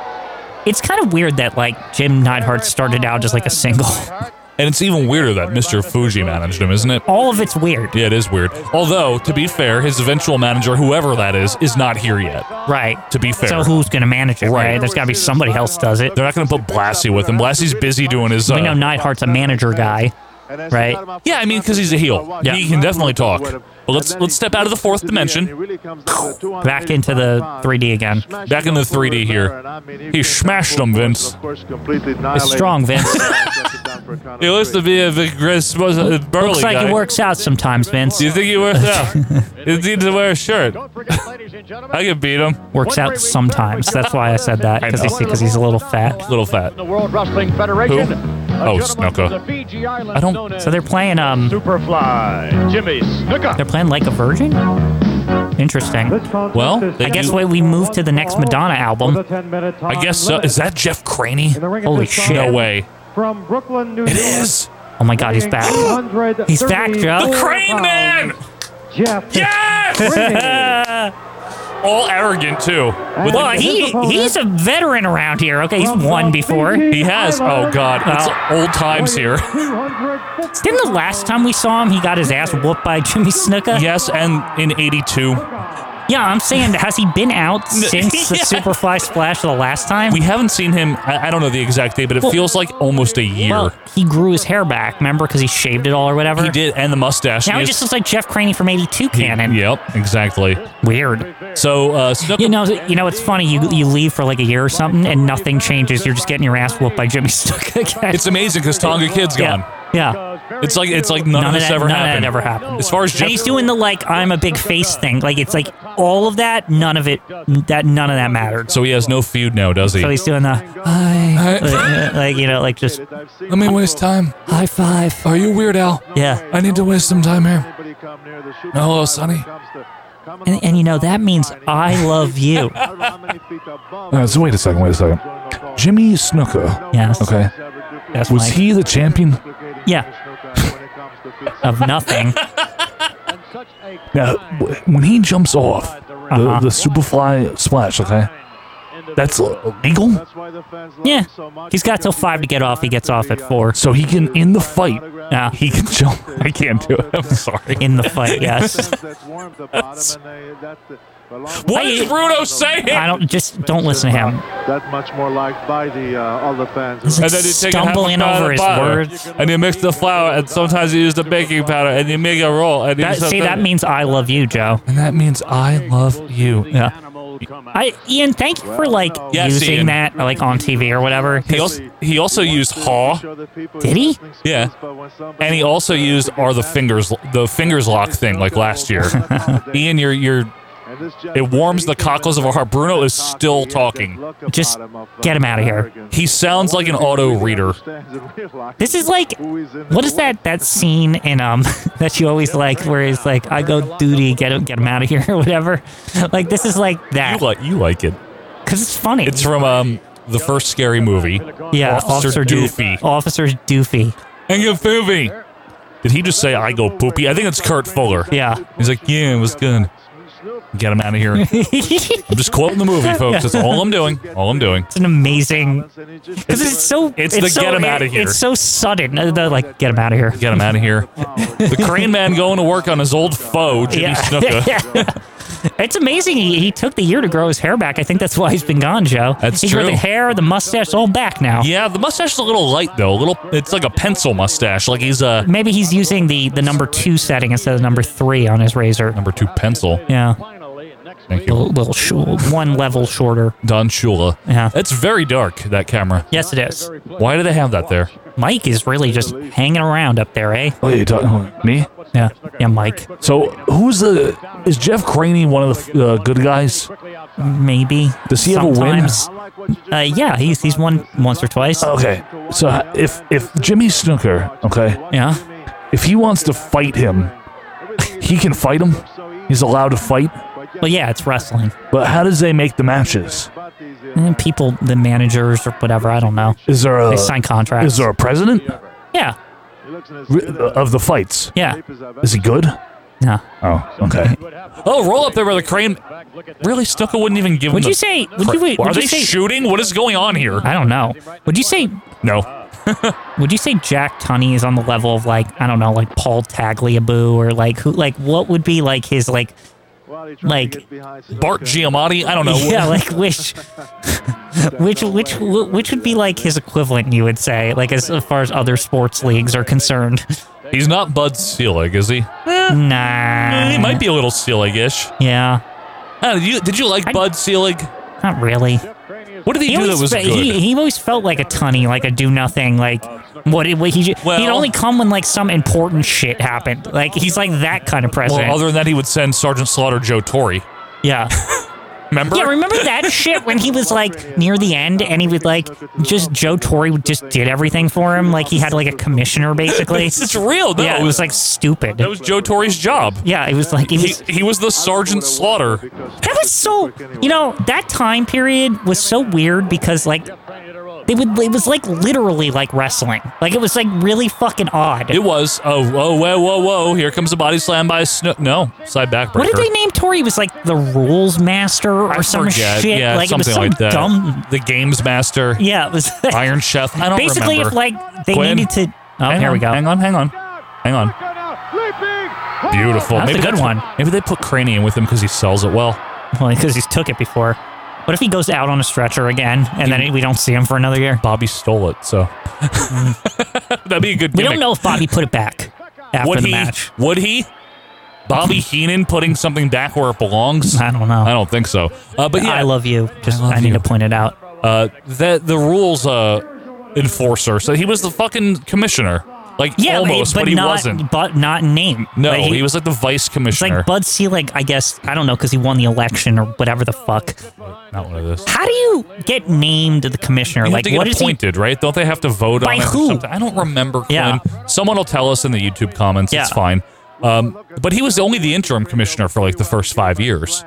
It's kind of weird that like Jim Neidhart started out as like a single. and it's even weirder that Mr. Fuji managed him, isn't it? All of it's weird. Yeah, it is weird. Although, to be fair, his eventual manager, whoever that is, is not here yet. Right. To be fair. So who's gonna manage it? Right. Right. There's gotta be somebody else does it. They're not going to put Blassie with him. Blassie's busy doing his. Uh, we know Neidhart's a manager guy, right? Yeah, I mean, because he's a heel. Yeah. He can definitely talk. But let's let's step out of the fourth dimension. Back into the 3D again. Back into 3D here. He smashed him, Vince. It's strong, Vince. He looks to be a big, gris- burly Looks like guy. it works out sometimes, Vince. Do you think he wears out? he needs to wear a shirt. I could beat him. Works out sometimes. That's why I said that because he's because he's a little fat. Little fat. The World Wrestling Federation. Who? A Oh, gentleman Snuka. from the Fiji I Islands known don't. as So they're playing um. Superfly Jimmy Snuka. They're playing like a virgin. Interesting. Well, they I guess do- wait, we move to the next Madonna album. I guess so. Is that Jeff Craney? Holy shit! No way. From Brooklyn, New York. It is. Oh my god, he's back. He's back, Jeff. The Crane Man! Jeff. Yes! All arrogant, too. With well, like- he he's a veteran around here. Okay, he's won before. He has. Oh, God. It's Oh. old times here. Didn't the last time we saw him, he got his ass whooped by Jimmy Snuka? Yes, and in '82. Yeah, I'm saying, has he been out since the Yeah. Superfly Splash the last time? We haven't seen him. I, I don't know the exact date, but it Well- feels like almost a year. Well, he grew his hair back, remember, because he shaved it all or whatever. he did, and the mustache. Now and he his- just looks like Jeff Craney from '82 Cannon. Yep, exactly. Weird. So, uh, Snuka, You know, you know, it's funny. You you leave for like a year or something, and nothing changes. You're just getting your ass whooped by Jimmy Snuka again. it's amazing because Tonga Kid's gone. yeah. It's like it's like none, of this that, ever none of that happened. ever happened. As far as and Jeff, he's doing the like I'm a big face thing. Like it's like all of that, none of it, that none of that mattered. so he has no feud now, does he? So he's doing the hi, like, like, you know, like just Let me waste time. high five. Are you weird, Al? Yeah, I need to waste some time here. Hello, Sonny. and, and you know that means I love you. Uh, so wait a second, wait a second. Jimmy Snooker. Yes. Okay. That's was Mike. he the champion? Yeah, Uh, of nothing. Now, w- when he jumps off Uh-huh. the, the Superfly splash, okay, that's legal. Yeah, he's got till five to get off. He gets off at four. So he can in the fight. Yeah, He can jump. I can't do it. I'm sorry. in the fight. Yes. What is Bruno saying? I don't just don't listen to him. That much more liked by the uh, other fans. He's like And then you take a half a stumbling pound over of his butter, words. And you mix the flour, and sometimes you use the baking powder, and you make a roll. And you That, just- see, that means I love you, Joe. And that means I love you. Yeah. I Ian, thank you for like Yes, using Ian. that like on TV or whatever. He also, he also used haw. Did he? Yeah. And he also used are the fingers the fingers lock thing like last year. Ian, you're you're it warms the cockles of our heart. Bruno is still talking. Just get him out of here. He sounds like an auto reader. This is like, what is that that scene in um that you always like where he's like, I go duty, get him, get him out of here or whatever. Like this is like You that like you like it. because it's funny. It's from um the first scary movie. yeah, Officer Doofy. Officer Doofy. And you poopy. Did he just say I go poopy? I think it's Kurt Fuller. Yeah. He's like, yeah, it was good. Get him out of here. I'm just quoting the movie, folks. That's all I'm doing. All I'm doing. It's an amazing because it's so It's the so- get 'em outta it- here. It's so sudden. Uh, They're like get him out of here. Get him out of here. The crane man going to work on his old foe, Jimmy Yeah. Snuka. It's amazing he, he took the year to grow his hair back. I think that's why he's been gone, Joe. That's he grew true. the hair, the mustache, all back now. Yeah, the mustache is a little light though. A little, it's like a pencil mustache. Like he's a Maybe he's using the, the number two setting instead of number three on his razor. number two pencil. Yeah. Thank you. Little, little short, one level shorter. Don Shula. Yeah. It's very dark, that camera. Yes, it is. Why do they have that there? Mike is really just hanging around up there, eh? What are you Oh, talking about? Me? Yeah. Yeah, Mike. So, who's the. Is Jeff Craney one of the uh, good guys? Maybe. Does he ever win? Oh. Sometimes. Uh, yeah, he's he's won once or twice. Okay. So, if if Jimmy Snooker, okay, Yeah. if he wants to fight him, he can fight him? He's allowed to fight? Well, yeah, it's wrestling. But how does they make the matches? And people, the managers or whatever, I don't know. Is there a They sign contracts. Is there a president Yeah. Re- uh, of the fights? Yeah. Is he good? No. Oh, okay. Oh, roll up there with a crane. Really, Snooker wouldn't even give him Would the you say? Would cra- you, would Are you they say, shooting? What is going on here? I don't know. Would you say? No. Would you say Jack Tunney is on the level of like I don't know, like Paul Tagliabue or like who? Like what would be like his like like Bart Giamatti? I don't know. yeah like which which which which would be like his equivalent? You would say like as, as far as other sports leagues are concerned. He's not Bud Selig, is he? nah. He might be a little Selig-ish. Yeah. Uh, did, you, did you like Bud Selig? Not really. What did he, do that always was fe- good? He, he always felt like a tunny, like a do nothing, like what, it- what he ju- Well- he'd only come when like some important shit happened. Like he's like that kind of well, president. other than that, he would send Sergeant Slaughter Joe Torre. yeah. Remember? Yeah, remember that shit when he was like near the end and he would like just Joe Torre just did everything for him. Like he had like a commissioner basically. It's, it's real. No, yeah, it was like stupid. Oh, that was Joe Torre's job. Yeah, it was like it He, was, he was the Sergeant Slaughter. that was so you know that time period was so weird because like they would it was like literally like wrestling like it was like really fucking odd It was. Oh, whoa, whoa, whoa, whoa! Here comes a body slam by Snow. No, side backbreaker. what did they name Tori was like the rules master or some Forget. shit Yeah, like it was something some like that. dumb The Games Master. yeah it was Iron Chef. I don't basically remember. if like they Quinn. needed to oh hang there on, we go Hang on, hang on, hang on. Beautiful. That's maybe a good that's- one. Maybe they put Craney in with him because he sells it well. well because he's took it before what if he goes out on a stretcher again and then we don't see him for another year Bobby stole it, so that'd be a good. we Gimmick. don't know if Bobby put it back after Would the he? match Would he? Bobby Heenan putting something back where it belongs? I don't know I don't think so. Uh, but yeah, I love you just I, love need you. to point it out uh, the the rules uh, enforcer. So he was the fucking commissioner, like Yeah, but- almost, but, but, he not, wasn't. But not in name. No, Like, he, was like the vice It's commissioner. like Bud Selig, I guess. I don't know because he won the election or whatever the fuck. Not one of those. How do you get named the commissioner? You have like, to get what is he? appointed, right? Don't they have to vote By on it? or who? something? I don't remember. Yeah. Quinn. Someone will tell us in the YouTube comments. It's Yeah. fine. Um, but he was only the interim commissioner for like the first five years.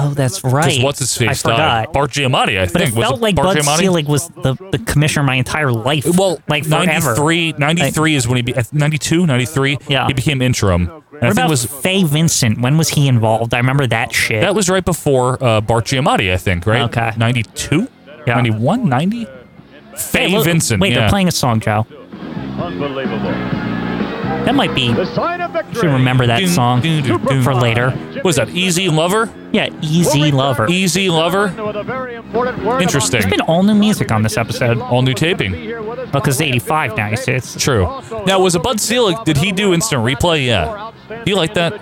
Oh, that's Because right. what's his I face died? forgot. Bart Giamatti, I But it think. was felt like Bart Bud Giamatti? Selig was the, the commissioner my entire life. Well, like forever. 93, 93 is when he be, at 92, 93. Yeah. He became interim. And I What think it about was Faye Vincent? When was he involved? I remember that shit. that was right before uh, Bart Giamatti, I think, right? Okay. 92? Yeah. 91, 90? Faye Hey, look- Vincent. Wait, yeah. they're playing a song, Joe. Unbelievable. That might be. The sign of victory. Should remember that Dun, song dun, dun, dun. for later. What was that Easy Lover? Yeah, Easy Lover. Easy Lover? With a very important word Interesting. It's been all new music on this episode. All new taping. Because it's 85 now, you see. It's True. Now, was it Bud Selig? Did he do instant replay? Yeah. You like that?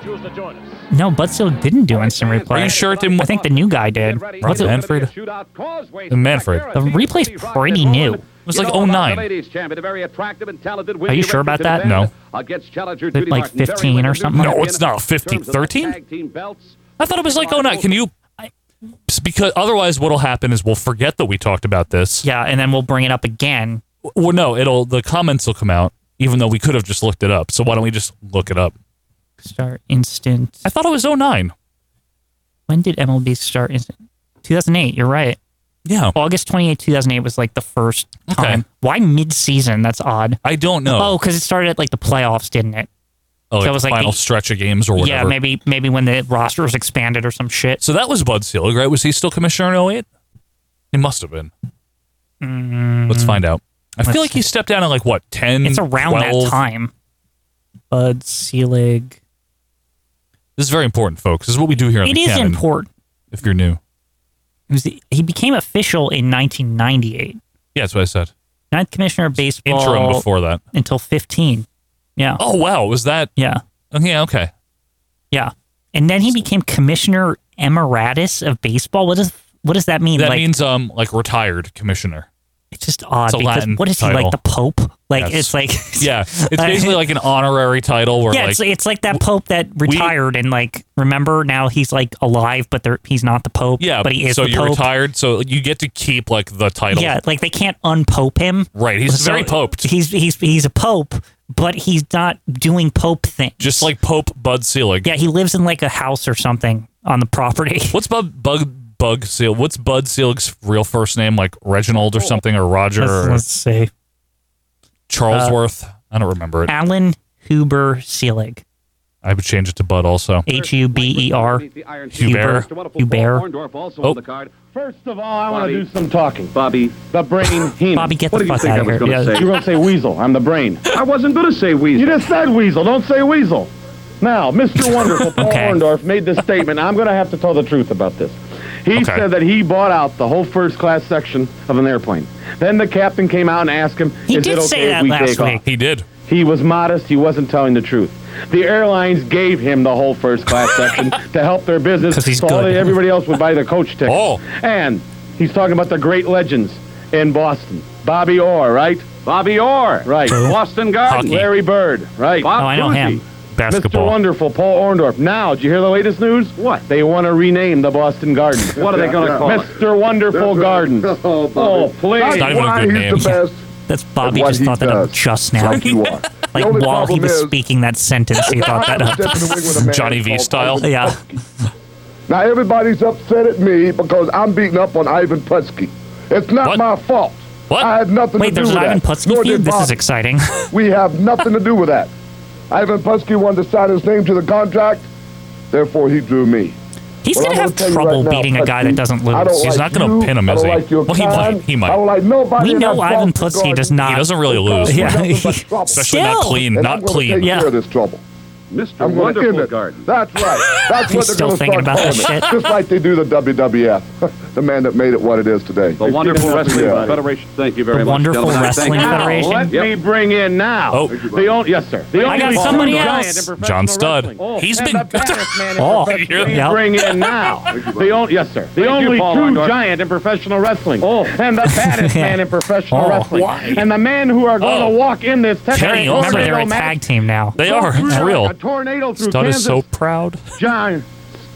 No, Bud still didn't do instant replay. Are you sure it didn't- I think the new guy did. What's it, Manfred? Manfred. The replay's pretty new. It was like 09. Are you sure about that? No. Is it like 15 or something? No, it's not 15. 13? I thought it was like 09. Can you? Because otherwise, what'll happen is we'll forget that we talked about this. Yeah, and then we'll bring it up again. Well, no, it'll the comments will come out, even though we could have just looked it up. So why don't we just look it up? Start instant. I thought it was 09. When did MLB start instant? 2008, you're right. Yeah, August 28, 2008 was like the first Okay. time. Why mid-season? That's odd. I don't know. Oh, because it started at like the playoffs, didn't it? Oh, so like it was the like final the- stretch of games or whatever. Yeah, maybe maybe when the roster was expanded or some shit. So that was Bud Selig, right? Was he still commissioner in 08? He must have been. Let's find out. I feel Mm. Let's like he stepped down at like what, 10? It's around 12? that time. Bud Selig. This is very important, folks. This is what we do here on It the is Cannon, important. If you're new. It was the- he became official in 1998. Yeah, that's what I said. Ninth commissioner of baseball. Interim before that. Until 15. Yeah. Oh, wow. Was that? Yeah. Yeah, okay. Yeah. And then he became commissioner emeritus of baseball? What does what does that mean? That like, means um like retired commissioner. it's just odd it's a because Latin what is he title. like the Pope? Like Yes. it's like yeah, it's basically like an honorary title where yeah, like it's, it's like that Pope that retired and like remember now he's like alive, but they're, he's not the Pope. yeah, but he is so the you're Pope. retired, so you get to keep like the title. Yeah, like they can't unpope him. Right, he's very poped. He's he's he's a pope, but he's not doing pope things. just like Pope Bud Selig. Yeah, he lives in like a house or something on the property. What's Bud Bug Bug Seal? What's Bud Selig's real first name? Like Reginald or something, or Roger, Let's, or let's see. Charlesworth? I don't remember it. Alan Huber Selig. I would change it to Bud also. H U B E R. Huber. Huber. Orndorff also Oh. on the card. First of all, I want Bobby. to do some talking. Bobby. The brain Heenan. Bobby, get what the did you fuck think outta I was here. gonna Yeah. say? You were going to say weasel. I'm the brain. I wasn't going to say Weasel. You just said weasel. Don't say weasel. Now, Mr. Wonderful, Paul Okay. Orndorff made this statement. I'm going to have to tell the truth about this. He said that he bought out the whole first class section of an airplane. Then the captain came out and asked him, He "Is did it okay say if that we last take week. off?" He did. He was modest. He wasn't telling the truth. The airlines gave him the whole first class section to help their business. 'Cause he's so all good. that everybody else would buy the coach ticket. Oh. And he's talking about the great legends in Boston. Bobby Orr, right? Bobby Orr. Right. Boston Garden. Hockey. Larry Bird, right? Bob No, Oh, I know him. Cousy. Mr. Basketball. Wonderful, Paul Orndorff. Now, did you hear the latest news? What? They want to rename the Boston Garden. What are they going to call it? Mr. Wonderful Gardens. Oh, Oh, please. It's not even a why good he's name. the best. That's Bobby what just he thought that up does. just now. Like you are. Like The only while he problem was is- speaking that sentence, he thought that up. Step in the ring with a man Johnny V called style. Ivan- Yeah. Now everybody's upset at me because I'm beating up on Ivan Putski. It's not What? my fault. What? I had nothing Wait, to do there's with an Ivan that. Putski Nor did feud? This is Bobby. exciting. We have nothing to do with that. Ivan Putski wanted to sign his name to the contract, therefore he drew me. He's Well, gonna I'm have tell you trouble right now, beating a guy that Putski, doesn't I lose. don't He's like not gonna you, pin him, I is don't he? like your Well, he kind, might- he might. I don't like nobody. We in know that Ivan Boston Putski garden. does not- He doesn't really lose, It's Yeah. nothing but trouble. especially not Still. clean. And Not I'm gonna Take clean. Yeah. care of this trouble. Mr. I'm going to end Wonderful it. Garden. That's right. That's what they're still gonna thinking start about that calling it. shit. Just like they do the WWF, the man that made it what it is today. The Wonderful Wrestling Federation. Thank you very The much. Wonderful gentlemen. Wrestling Thank you. Now, Federation. let Yep. me bring in now. Oh. The only, yes, sir. The I only got former somebody giant else. in professional John Studd. wrestling. Oh, He's and been- the baddest man in Oh. professional Yeah. wrestling. Yep. Bring in now. the only, yes, sir. The Thank you, only Paul true Orndorff. giant in professional wrestling. Oh, and the baddest Yeah. man in professional Oh, wrestling. why? And the men who are going Oh. to walk in this Texas Kenny tornado Olsen. Remember, they're a match. tag team now. They are. It's Like real. A tornado through Stud Kansas. is so proud. John,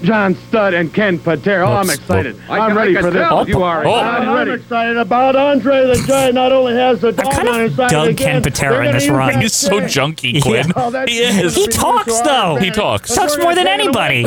John Studd and Ken Patera. Oh, I'm Oops. excited. I- I'm I ready can for this. tell you are Oh. excited. I'm excited about Andre the Giant. Not only has the kind of dug Ken Patera in this run. He's so junky, Quinn. oh, He is. He talks though. He talks. Talks more than anybody.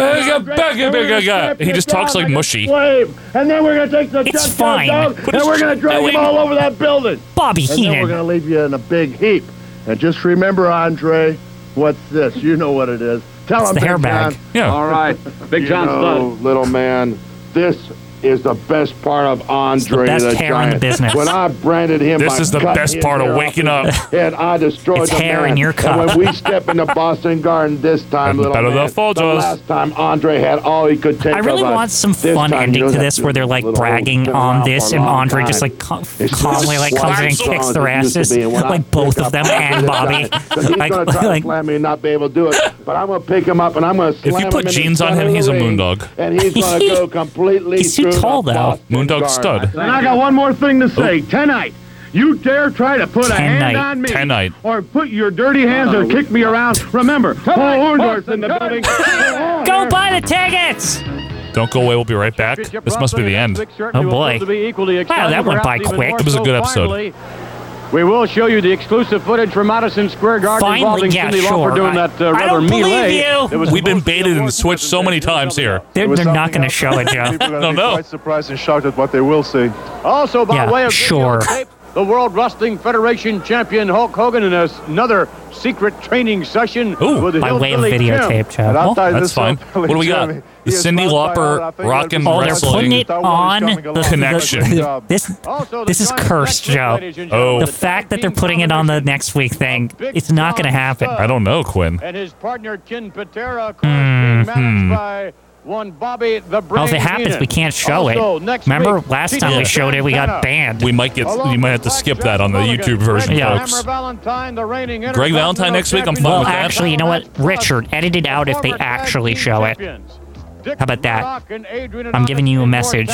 He just talks like mushy. And then we're gonna take the junkyard It's fine. dog, What and is we're gonna she drag doing? him all over that building. Bobby And then we're Heenan. going to leave you in a big heap. And just remember, Andre, what's this? You know what it is. Tell It's him, the Big hairbag. John. Yeah. All right. Big John know, Studd. little man, this is the best part of Andre best the hair in Giant. the business. When I branded him, This I is the cut best his part hair of off waking his up. Head, I destroyed It's the hair man. in your cup. And when we step into Boston Garden this time, And little better man, than Folgers. last time Andre had all he could take. I really of us. want some This fun time, you ending know to that this where they're like little old bragging been on around this for a and long Andre just time. like cal- It's calmly just like comes in and slaps kicks on their as it used to asses. be. And when I Like both pick of them up after and this Bobby. guy, 'cause He's Like, gonna try to like slam me and not be able to do it, but I'm gonna pick him up and I'm gonna slam him. you put in the jeans on center him, of the he's a ring, moondog. and he's gonna go completely. He's too through the tall, though. Boston Moondog Garden. stud. And I got one more thing to say. Tonight, you dare try to put a hand Tonight. on me, Tonight. or put your dirty hands Oh. or kick me around. Remember, Paul Orndorff's in the building. Go buy the tickets. Don't go away. We'll be right back. This must be the end. Oh, boy. Wow, that went by quick. It was a good episode. We will show you the exclusive footage from Madison Square Garden Finally, involving yeah, Cindy sure. Lauper doing that uh, I rather don't believe melee. you. that was We've been supposed to be baited awarded and switched so many times here. It They're, was they're not something going to else. show it, Joe. People No, are gonna be no. quite surprised and shocked at what they will see. Also, by Yeah, way of sure. videotape, the World Wrestling Federation champion Hulk Hogan in a s- another secret training session Ooh, with By way of Hillbilly Jim. videotape, Joe. And I'll tell you That's this fine. one, What do we got? Jeremy, The he is Cindy not Lauper fired. I think rock that's and because Oh, they're he's wrestling. putting it coming on along. the Connection. Good This Also, the this is giant cursed, match, Joe. ladies and Oh. gentlemen, The tag fact that team they're putting it on the combination next week thing, of Big uh, it's not going to John happen. Studd I don't know, Quinn. And his partner Ken Patera, of course, being managed by one Bobby the Brain. Well, if Mm-hmm. it happens, Heenan. we can't show Also, it. next Remember week, last Tito time we showed it, we Santana. got banned. We might get. Along You might have with to Black skip Jack that on the Mulligan, YouTube version, Fred Yeah. Hammer folks. Valentine, the reigning Greg Intercontinental Valentine next week? I'm champion. fine Well, with that. actually, you know what? Richard, edit it out if they Former tag actually team show it. champions. How about that? I'm giving you a message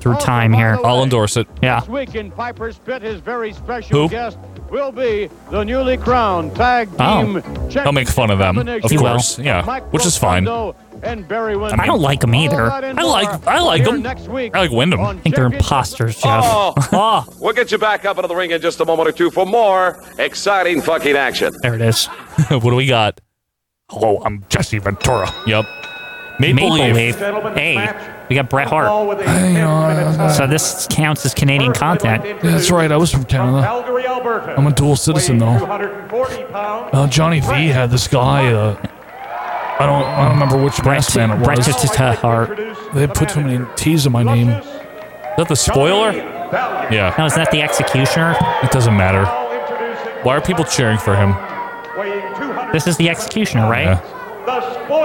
through time here. I'll endorse it. Yeah. This week in Piper's Pit, his very special Who? guest will be the newly crowned tag team. Oh, I'll make fun of them, of He will. course. Yeah, which is fine. I And Barry Windham. I don't like them either. I like I like them. Next week. I like Wyndham. I think they're imposters, Jeff. Oh. We'll get you back up into the ring in just a moment or two for more exciting fucking action. There it is. what do we got? Hello, I'm Jesse Ventura. Yep. Maple, Maple Leaf. Leaf. Hey, we got Bret Hart. So this counts as Canadian content. uh, That's right. I was from Canada. Calgary, Alberta. I'm a dual citizen though. 240 pounds. Uh, Johnny V had this guy. Uh, I don't. I don't remember which brass band it Bret was. just is her heart. They put too many T's in my name. Is that the spoiler? Yeah. No, isn't that the executioner? It doesn't matter. Why are people cheering for him? This is the executioner, right?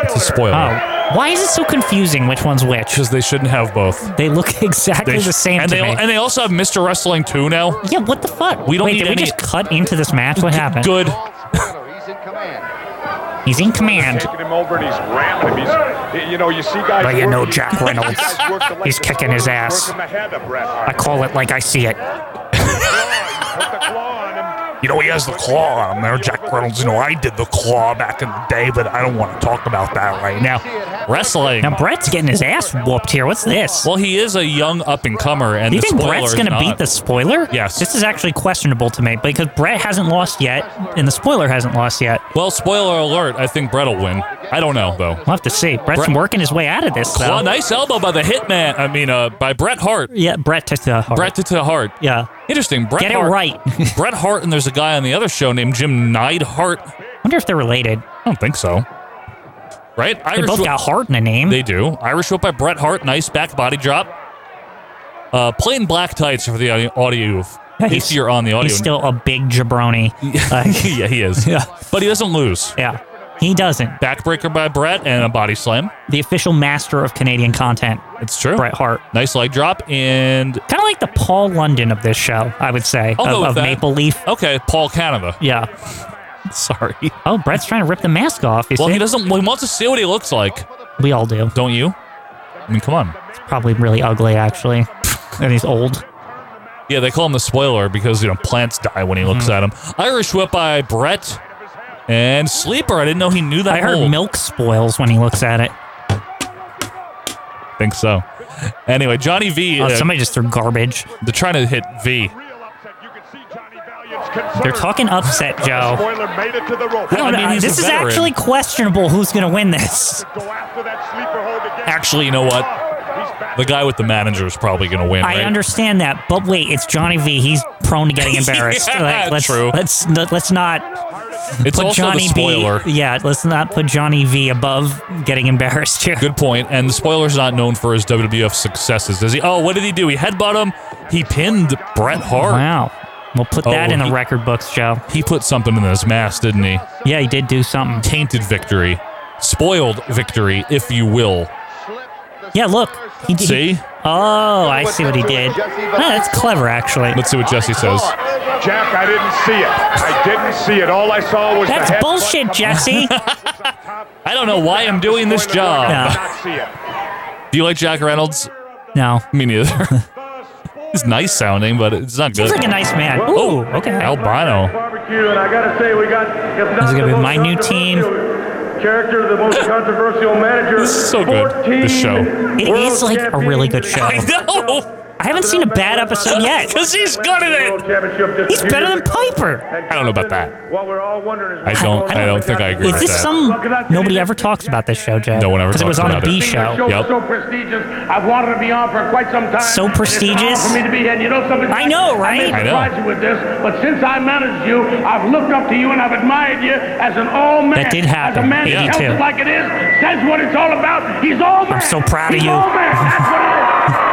It's a spoiler. Oh. Why is it so confusing which one's which? Because they shouldn't have both. They look exactly They sh- the same and to they me. al- and they also have Mr. Wrestling 2 now. yeah, what the fuck? We don't Wait, need did we any- just cut into this match? What happened? Good. He's in command. Taking him over and he's ramming him. He's, you know, you see guys. But you work- know Oh, Jack see Reynolds. guys work the leg He's of kicking Bret his Hart, ass. working the head of Bret Hart. I call it like I see it. You know, he has the claw on him there, Jack Reynolds. You know, I did the claw back in the day, but I don't want to talk about that right now. Wrestling. Now Brett's getting his ass whooped here. What's this? Well, he is a young up and comer, and Do you the think spoiler Brett's is going to not. beat the spoiler? Yes. This is actually questionable to me because Brett hasn't lost yet, and the spoiler hasn't lost yet. Well, spoiler alert. I think Brett will win. I don't know though. We'll have to see. Brett's Brett- working his way out of this, Claw, though. nice elbow by the Hitman. I mean, uh, by Bret Hart. Yeah, Brett to the heart. Bret to the Hart. Yeah. Interesting. Bret Get it Hart, right. Bret Hart, and there's a guy on the other show named Jim Neidhart. Wonder if they're related. I don't think so. Right? They both got Hart in a name. They do. Irish whip by Bret Hart. Nice back body drop. Uh, plain black tights for the audio. audio if you're on the audio. He's still a big jabroni. Like, yeah, he is. Yeah. But he doesn't lose. yeah. He doesn't. Backbreaker by Brett and a body slam. The official master of Canadian content. It's true. Bret Hart. Nice leg drop and Kind of like the Paul London of this show, I would say. I'll of go with of that. Maple Leaf. okay, Paul Canada. Yeah. Sorry. Oh, Brett's trying to rip the mask off. You Well, see? he doesn't. Well, he wants to see what he looks like, We all do. don't you? I mean, come on. It's probably really ugly, actually. and he's old. Yeah, they call him the spoiler because you know plants die when he looks Mm-hmm. at him. Irish whip by Brett and sleeper. I didn't know he knew that. I heard hold. milk spoils when he looks at it. Think so. Anyway, Johnny V. Oh, uh, somebody just threw garbage. they're trying to hit V. They're talking upset, Joe. Spoiler made it to the rope. I don't I mean, know. he's This a is veteran. actually questionable who's going to win this. Go after that sleeper hold again. Actually, you know what? The guy with the manager is probably going to win. I right? understand that, but wait, it's Johnny V. He's prone to getting embarrassed. Yeah, let's, true. Let's let's not It's put also Johnny the spoiler. V. Yeah, let's not put Johnny V. above getting embarrassed here. Good point. And the spoiler's not known for his WWF successes, does he? Oh, what did he do? He headbutt him. He pinned Bret Hart. Wow. We'll put that Oh, in the he- record books, Joe. He put something in his mask, didn't he? Yeah, he did do something. Tainted victory, spoiled victory, if you will. Yeah, look. He did. See? Oh, I see what he did. Ah, that's clever, actually. Let's see what Jesse says. Jack, I didn't see it. I didn't see it. All I saw was That's the head bullshit, Jesse. I don't know why I'm doing this job. Yeah. Not see it. Do you like Jack Reynolds? No. Me neither. He's nice sounding, but it's not good. Oh, Seems like a nice man. Ooh, okay. Albino. Barbecue, and I gotta say, we got. If This not is gonna the be most my new controversial Character, the most controversial manager. This is so good, this show. It is like a really good show. I know! I haven't seen a bad episode yet. Because he's good at it! He's better than Piper. I don't know about that. What we're all wondering is I don't I don't think I agree Is with this that. some nobody ever talks about this show, Joe? No one ever Because it was talks on a about it. B This show. show's Yep. so prestigious. I've wanted to be on for quite some time. and So it's an honor prestigious? For me to be here. And you know something? I know, I right? may I know. surprise you with this, but since I managed you, I've looked up to you and I've admired you as an all man. That did As happen, a man who tells 82. it like it is, says what it's all about. He's all man. so proud of He's you. all man. That's what it is.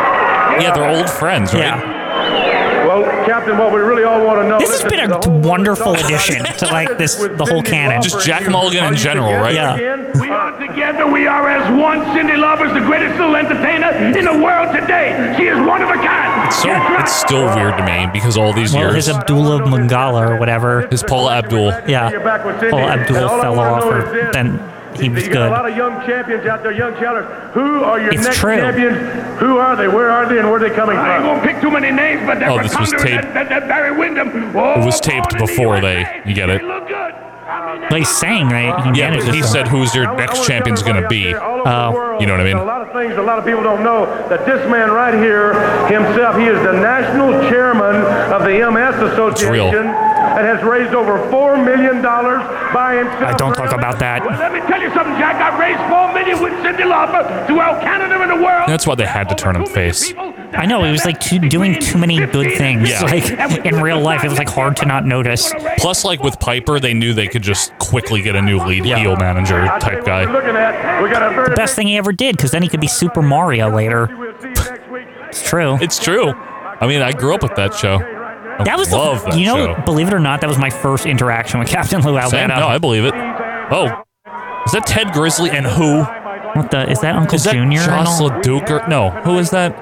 Yeah, they're old friends, right? Yeah. Well, Captain, what we really all want to know. This has been a wonderful addition to like this the whole canon. Just Jack Mulligan in general, right? Yeah. We are together. We are as one. Cindy Lauper is the greatest little entertainer in the world today. She is one of a kind. That's So right. it's still weird to me because all these Well, years his Abdullah Mungala or whatever. his Paul Abdul. Yeah. You're back with Cindy. Paul Abdul And all I fell wanna off know is or this. then he was You got good. a lot of young champions out there, young challengers. Who are your It's next true. champions? Who are they? Where are they? And where are they coming I ain't from? gonna pick too many names, but that Oh, this was Rotunda and taped. That, that, that Barry Windham. It Oh, was taped before they. You get it? They sang, right? He Yeah, managed but he the song. said who's your next champion's going to be. Uh, Oh. You know what I There's a mean? lot of things a lot of people don't know that this man right here himself, he is the national chairman of the MS real. Association and has raised over $4 million by himself. I don't talk about Well, that. let me tell you something, Jack. I raised four million with Cindy Lauper throughout Canada and the world. That's why they had to turn him face. I know it was like too, doing too many good things. Yeah. Like in real life, it was like hard to not notice. Plus, like with Piper, they knew they could just quickly get a new lead heel manager type guy. Looking at, we got a very The best thing he ever did, because then he could be Super Mario later. It's true. It's true. I mean, I grew up with that show. I That was love the, that you know, show. believe it or not, that was my first interaction with Captain Lou Albano. Same? No, I believe it. Oh, is that Ted Grizzly and who? What the? Is that Uncle Is that Junior? and Joss all? LaDuke or no? Who is that?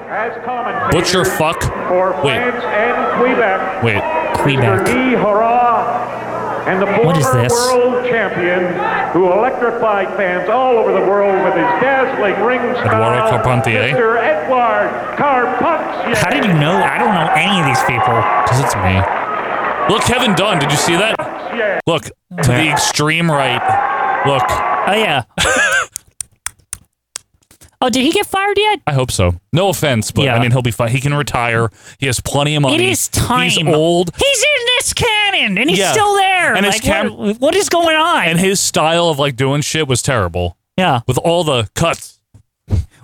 Butcher fuck. Wait, France and Quebec. wait. Quebec. Lee E. Hurrah and the former What is this? world champion who electrified fans all over the world with his dazzling ring Eduardo style, Carpentier? Mr. Edward Carpentier. How did you know? I don't know any of these people. Because it's me. Look, Kevin Dunn. Did you see that? Look to the extreme right. Look, Oh yeah. oh, did he get fired yet? I hope so. No offense, but I mean, he'll be fine. He can retire. Oh, He has plenty of money. It is time. He's old. He's in this cannon, and he's Yeah. still there. And his Like, cam- what, what is going on? and his style of like doing shit was terrible. Yeah. With all the cuts.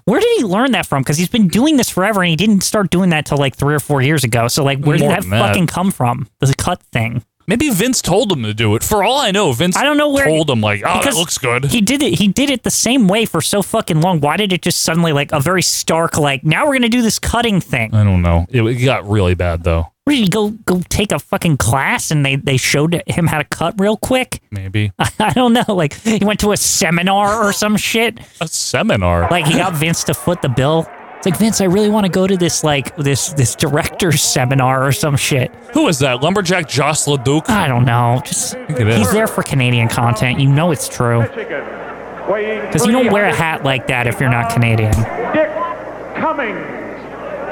Where did he learn that from? Because he's been doing this forever, and he didn't start doing that till like three or four years ago. So like, where did More that, than that. fucking come from? The cut thing. Maybe Vince told him to do it. For all I know, Vince I don't know where told him like, oh, that because looks good. He did it. He did it the same way for so fucking long. Why did it just suddenly like a very stark like? Now we're gonna do this cutting thing. I don't know. It, it got really bad though. Where did he go? Go take a fucking class, and they they showed him how to cut real quick. Maybe I don't know. Like he went to a seminar or some shit. a seminar. Like he got Vince to foot the bill. It's like Vince, I really want to go to this like this this director's seminar or some shit. Who is that? Lumberjack Joss LaDuke? I don't know. Just it is. he's there for Canadian content. You know it's true. Michigan, weighing Because you don't wear a hat like that if you're not Canadian. 300, Dick Cummings.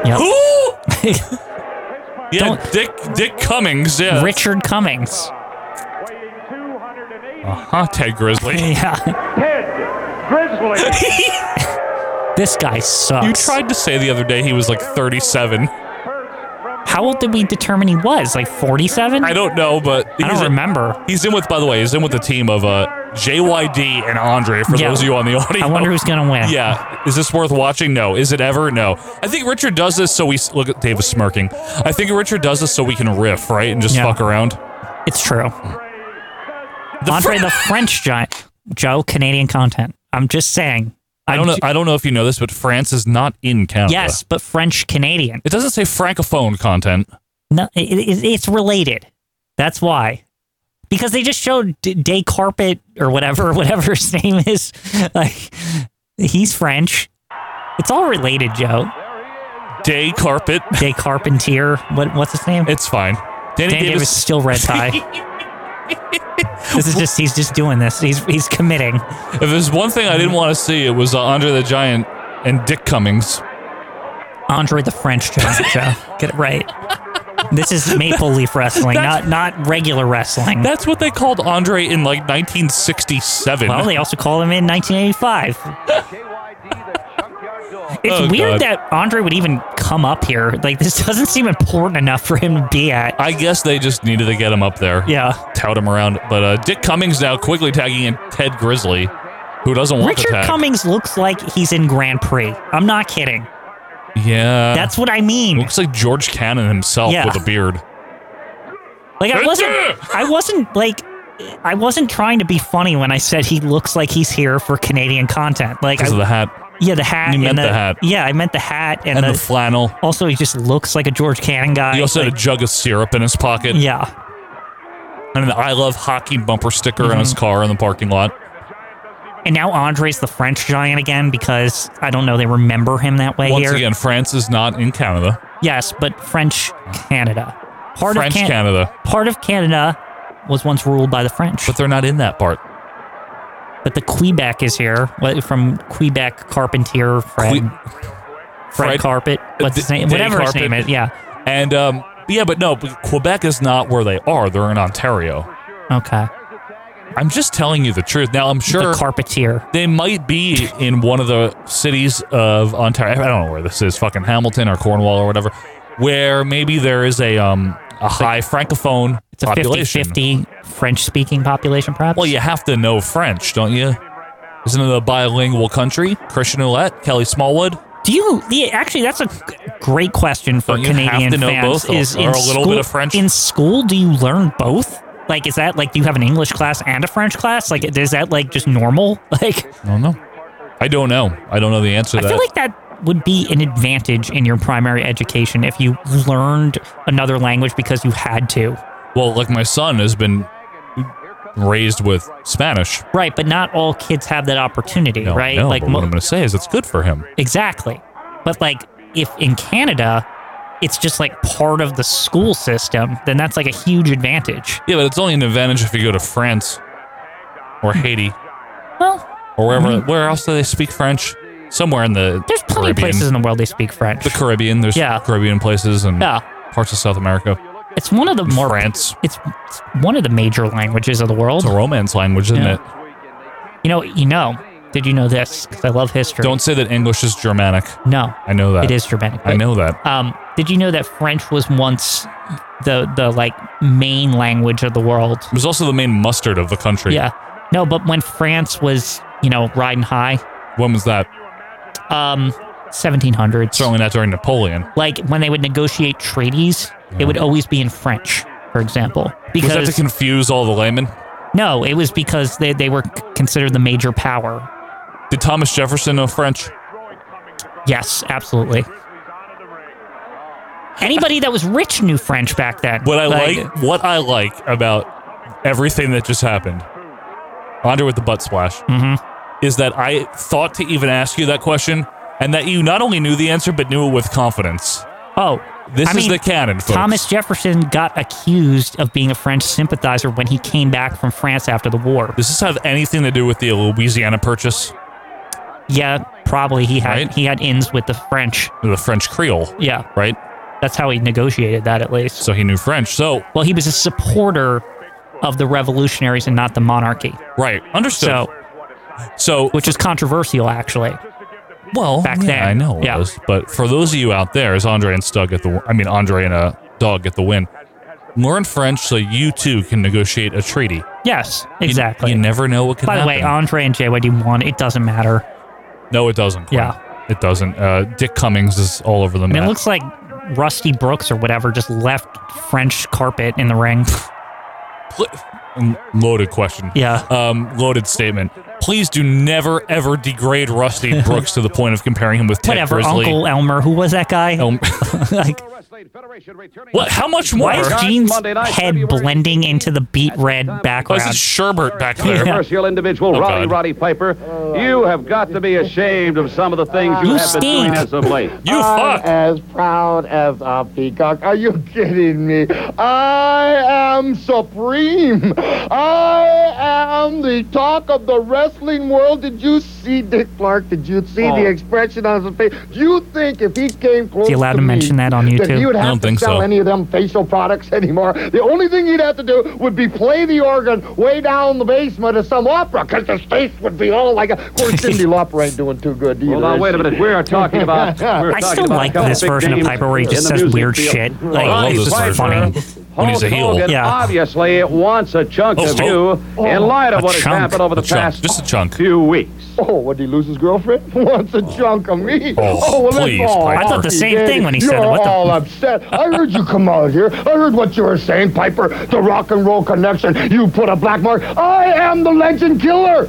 Yep. Who? yeah, Dick Dick Cummings. Yeah, Richard Cummings. Uh Uh-huh. huh. Ted Grizzly. Yeah. Ted Grizzly. This guy sucks. You tried to say the other day he was like 37. How old did we determine he was? Like 47? I don't know, but I don't he's in- remember. He's in with, by the way, he's in with the team of uh, JYD and Andre. For Yeah. those of you on the audio, I wonder who's gonna win. Yeah, is this worth watching? No. Is it ever? No. I think Richard does this so we look at Davis smirking. I think Richard does this so we can riff, right, and just Yeah. fuck around. It's true. The Andre Fr- the French giant. Joe, Canadian content. I'm just saying. I don't know. I don't know if you know this, but France is not in Canada. Yes, but French Canadian. it doesn't say francophone content. No, it, it, it's related. That's why. Because they just showed D- Day Carpet or whatever, whatever his name is. Like, he's French. It's all related, Joe. Day carpet. Day Carpentier. What, what's his name? It's fine. Danny, Dan Davis, Davis. is still red tie. this is just he's just doing this. He's he's committing. If there's one thing I didn't want to see, it was uh, Andre the Giant and Dick Cummings. Andre the French Giant, Joe. Get it right. This is maple leaf wrestling, That's- not not regular wrestling. That's what they called Andre in like 1967. Well, they also called him in 1985. It's Oh, weird God. that Andre would even come up here. Like this doesn't seem important enough for him to be at. I guess they just needed to get him up there. Yeah. Tout him around. But uh, Dick Cummings now quickly tagging in Ted Grizzly, who doesn't want the Richard tag. Cummings looks like he's in Grand Prix. I'm not kidding. Yeah. That's what I mean. Uh, Looks like George Cannon himself Yeah. with a beard. Like I That's wasn't, it. I wasn't like, I wasn't trying to be funny when I said he looks like he's here for Canadian content. Like, I, Because of the hat. yeah, the hat. You and meant the hat. Yeah, I meant the hat and, And the. the flannel. also, he just looks like a George Cannon guy. He also had a Like, jug of syrup in his pocket yeah, and an I Love Hockey bumper sticker on Mm-hmm. his car in the parking lot. and now Andre's the French giant again because I don't know they remember him that way Once here. again, France is not in Canada. Yes, but French Canada, part French of Can- Canada. part of Canada was once ruled by the French. But they're not in that part. But the Quebec is here what- from Quebec Carpentier Fred, Fred, Fred- Carpet. What's his D- name? Danny Whatever Carpet. his name is. Yeah. And um, yeah, but no, but Quebec is not where they are. They're in Ontario. Okay. I'm just telling you the truth. Now I'm sure The Carpetier. they might be in one of the cities of Ontario. I don't know where this is, fucking Hamilton or Cornwall or whatever, where maybe there is a um a high francophone It's a 50 population. 50 French speaking population, perhaps. Well, you have to know French, don't you? Isn't it a bilingual country? Christian Ouellette, Kelly Smallwood. Do you yeah, actually? That's a g- great question for Don't you have Canadian to know fans. both or- is or in a little school, bit of French? in school? Do you learn both? Like, is that like do you have an English class and a French class? Like, is that like just normal? Like, I don't know. I don't know. I don't know the answer I to that. feel like that would be an advantage in your primary education if you learned another language because you had to. well, like my son has been raised with Spanish. Right, but not all kids have that opportunity, No, I right? know, like but what I'm going to say is it's good for him. Exactly. But like if in Canada it's just like part of the school system, then that's like a huge advantage. Yeah, but it's only an advantage if you go to France or Haiti Well, or wherever. I mean- where else do they speak French? Somewhere in the there's plenty Caribbean. of places in the world they speak French. the Caribbean. There's Yeah. Caribbean places and Yeah. parts of South America. It's one of the more France. It's, it's one of the major languages of the world. It's a Romance language, isn't Yeah. it? You know, you know. Did you know this? 'Cause I love history. Don't say that English is Germanic. No, I know that. it is Germanic. I but- know that. Um, did you know that French was once the the like main language of the world? It was also the main mustard of the country. Yeah. No, but when France was, you know, riding high, When was that? um, 1700s, Certainly not during Napoleon. like when they would negotiate treaties, it would always be in French, for example. Because was that to confuse all the laymen? no, it was because they, they were c- considered the major power. Did Thomas Jefferson know French? Yes, absolutely. Anybody that was rich knew French back then. What I like, what I like about everything that just happened, Andre with the butt splash, Mm-hmm. is that I thought to even ask you that question, and that you not only knew the answer but knew it with confidence. Oh, This I is mean, the canon, folks. Thomas Jefferson got accused of being a French sympathizer when he came back from France after the war. Does this have anything to do with the Louisiana Purchase, Yeah, probably he had Right. he had ins with the French. the French Creole? Yeah, Right. that's how he negotiated that at least. So he knew French. So Well, he was a supporter of the revolutionaries and not the monarchy. right, understood. So, so which is controversial actually. Well, back yeah, then. I know it Yeah. was, but for those of you out there, as Andre and Stug get the, I mean Andre and a dog get the win. Learn French so you too can negotiate a treaty. Yes, You- exactly. You, never know what could By the happen. way, Andre and JYD won. It doesn't matter. no, it doesn't. Quinn. Yeah. it doesn't. Uh, Dick Cummings is all over the And map. it looks like Rusty Brooks or whatever just left French carpet in the ring. Mm, loaded question. Yeah. Um, loaded statement. Please do never ever degrade Rusty Brooks to the point of comparing him with Ted whatever, Grizzly. Uncle Elmer. Who was that guy? Elm- like, what? How much more? why is Gene's head blending into the beat red Why Oh, is it background? Sherbert back there? Controversial individual, Oh, Roddy God. Roddy Piper. You have got to be ashamed of some of the things you, You have been doing stink. as of late. You I'm fuck. as proud as a peacock. Are you kidding me? I am supreme. I am the talk of the wrestling world. Did you see Dick Clark? Did you see Oh. the expression on his face? Do you think if he came close you allowed to me, mention that on YouTube? he would I have don't to think sell so. any of them facial products anymore? The only thing he'd have to do would be play the organ way down the basement of some opera, because his face would be all like a. Of course, Cindy Lauper ain't doing too good either. Well, now, is wait she? a minute. We are talking about. we are I talking still about a like couple this big version of names Piper where he in just the says music weird field. shit. I Like, love it's this just funny. version. When he's a Hulk heel. Hogan Yeah. obviously wants a chunk Oh, of oh. you in light of A what has chunk, happened over A the chunk, past just a chunk. few weeks. Oh, what did he lose his girlfriend? Wants a chunk of me. Oh, that's please, all. Piper. I thought the same Daddy, thing when he you're said it. What the- all upset. I heard you come out here. I heard what you were saying, Piper. The rock and roll connection. You put a black mark. I am the legend killer.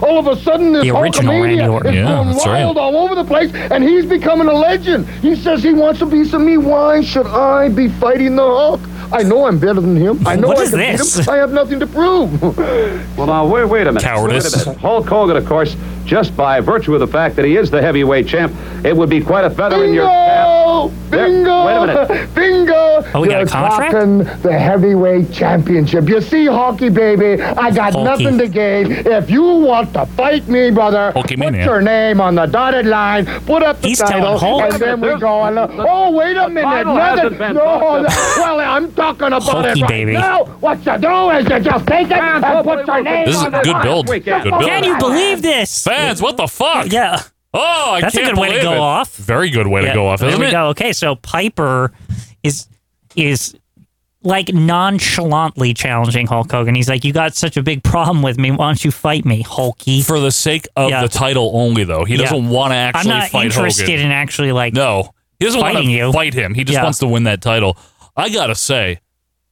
All of a sudden, this The original Hulkamania Randy Orton. is Yeah, going that's right. wild all over the place, and he's becoming a legend. He says he wants a piece of me. Why should I be fighting the Hulk? I know I'm better than him. I know What I is can beat this? him. I have nothing to prove. Well, now, wait, wait a minute. Cowardice. Wait a minute. Hulk Hogan, of course, just by virtue of the fact that he is the heavyweight champ, it would be quite a feather in your cap Bingo! Bingo! Wait a minute. Bingo! Oh, we got a You're contract? talking the heavyweight championship. You see, Hockey baby, I got Hockey. Oh, nothing to gain. If you want to fight me, brother, Hockey put mania. your name on the dotted line. Put up the He's telling title, Hulk. and then we go on. the- Oh, wait a minute! title nothing- hasn't been no, talked no. about. Well, I'm talking about it Hockey right baby. now. What you do is you just take it and put your name This is on a the good line. build. Good build. Can you believe this? Fans, what the fuck? Yeah. Oh, I That's a can't good way to believe go it. off. Very good way Yeah, to go off, There isn't we it? go. Okay, so Piper is is like nonchalantly challenging Hulk Hogan. He's like, "You got such a big problem with me. Why don't you fight me, Hulky?" For the sake of the title only, though. He doesn't want to actually I'm not fight interested Hogan. in actually like no, he doesn't want fighting to you. fight him. He just Yeah. wants to win that title. I gotta say,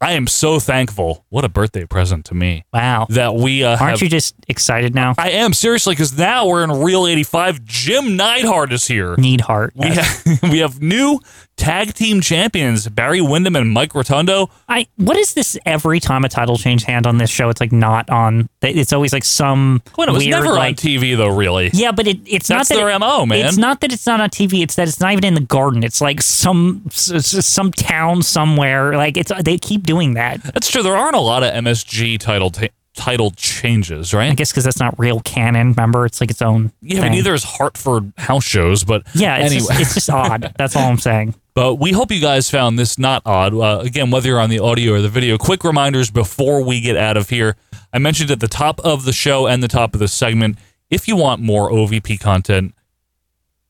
I am so thankful. What a birthday present to me! Wow, that we uh, Aren't have- you just excited now? I am seriously because now we're in real '85. Jim Neidhart is here. Neidhart. We have we have new tag team champions Barry Windham and Mike Rotundo. I what is this every time a title change hand on this show? It's like not on. It's always like some When it was weird never on like TV though, really. Yeah, but it, it's That's not that their it- MO, man. It's not that it's not on TV. It's that it's not even in the garden. It's like some s- s- some town somewhere. Like it's they keep doing that. That's true. There aren't a lot of MSG title ta- title changes, right? I guess because that's not real canon. Remember, it's like its own. Yeah, but thing. neither is Hartford house shows. But Yeah, it's, anyway, just, it's just odd. That's all I'm saying. But we hope you guys found this not odd. Uh, again, whether you're on the audio or the video, quick reminders before we get out of here. I mentioned at the top of the show and the top of the segment if you want more OVP content,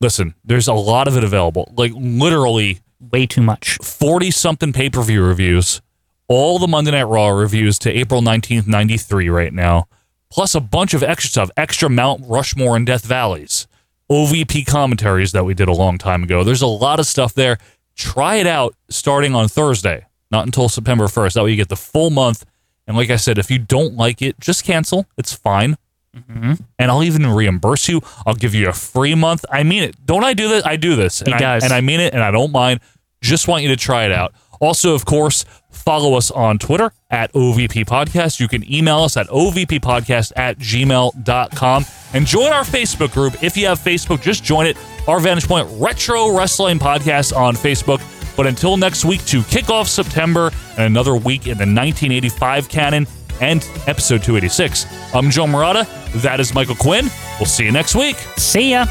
listen, there's a lot of it available. Like literally, way too much. 40 something pay per view reviews, all the Monday Night Raw reviews to April 19th, 93 right now, plus a bunch of extra stuff, extra Mount Rushmore and Death Valleys, OVP commentaries that we did a long time ago. There's a lot of stuff there. Try it out starting on Thursday, not until September 1st. That way you get the full month. And like I said, if you don't like it, just cancel. It's fine and I'll even reimburse you. I'll give you a free month. I mean it. Don't I do this? I do this. And He I, does. and I mean it, and I don't mind. Just want you to try it out. Also, of course, follow us on Twitter at OVP Podcast. You can email us at OVPPodcast at gmail.com. And join our Facebook group. If you have Facebook, just join it. Our Vantage Point Retro Wrestling Podcast on Facebook. But until next week, to kick off September and another week in the 1985 canon, and episode 286. I'm Joe Morata. That is Michael Quinn. We'll see you next week. See ya.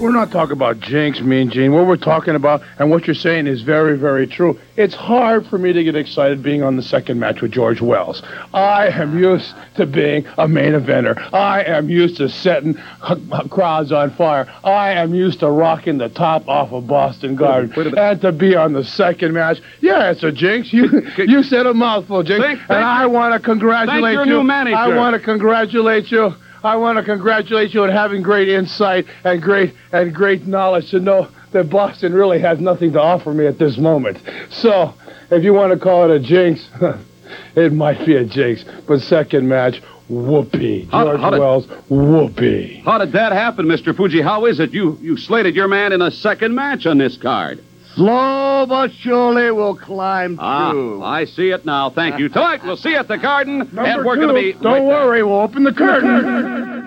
We're not talking about jinx, Mean Gene. What we're talking about and what you're saying is very, very true. It's hard for me to get excited being on the second match with George Wells. I am used to being a main eventer. I am used to setting crowds on fire. I am used to rocking the top off of Boston Garden. And to be on the second match, yeah, it's a jinx. You you said a mouthful, jinx. Thank- thank- and I want to congratulate thank your you. new manager. I want to congratulate you. I want to congratulate you on having great insight and great and great knowledge to know that Boston really has nothing to offer me at this moment. So, if you want to call it a jinx, it might be a jinx. But second match, whoopee. How- George how did- Wells, whoopee. How did that happen, Mr. Fuji? How is it you, you slated your man in a second match on this card? Slow but surely will climb Ah, I see it now. Thank you. Tonight, we'll see you at the Garden, and Number we're going to two, be... Don't worry, we'll open the curtain.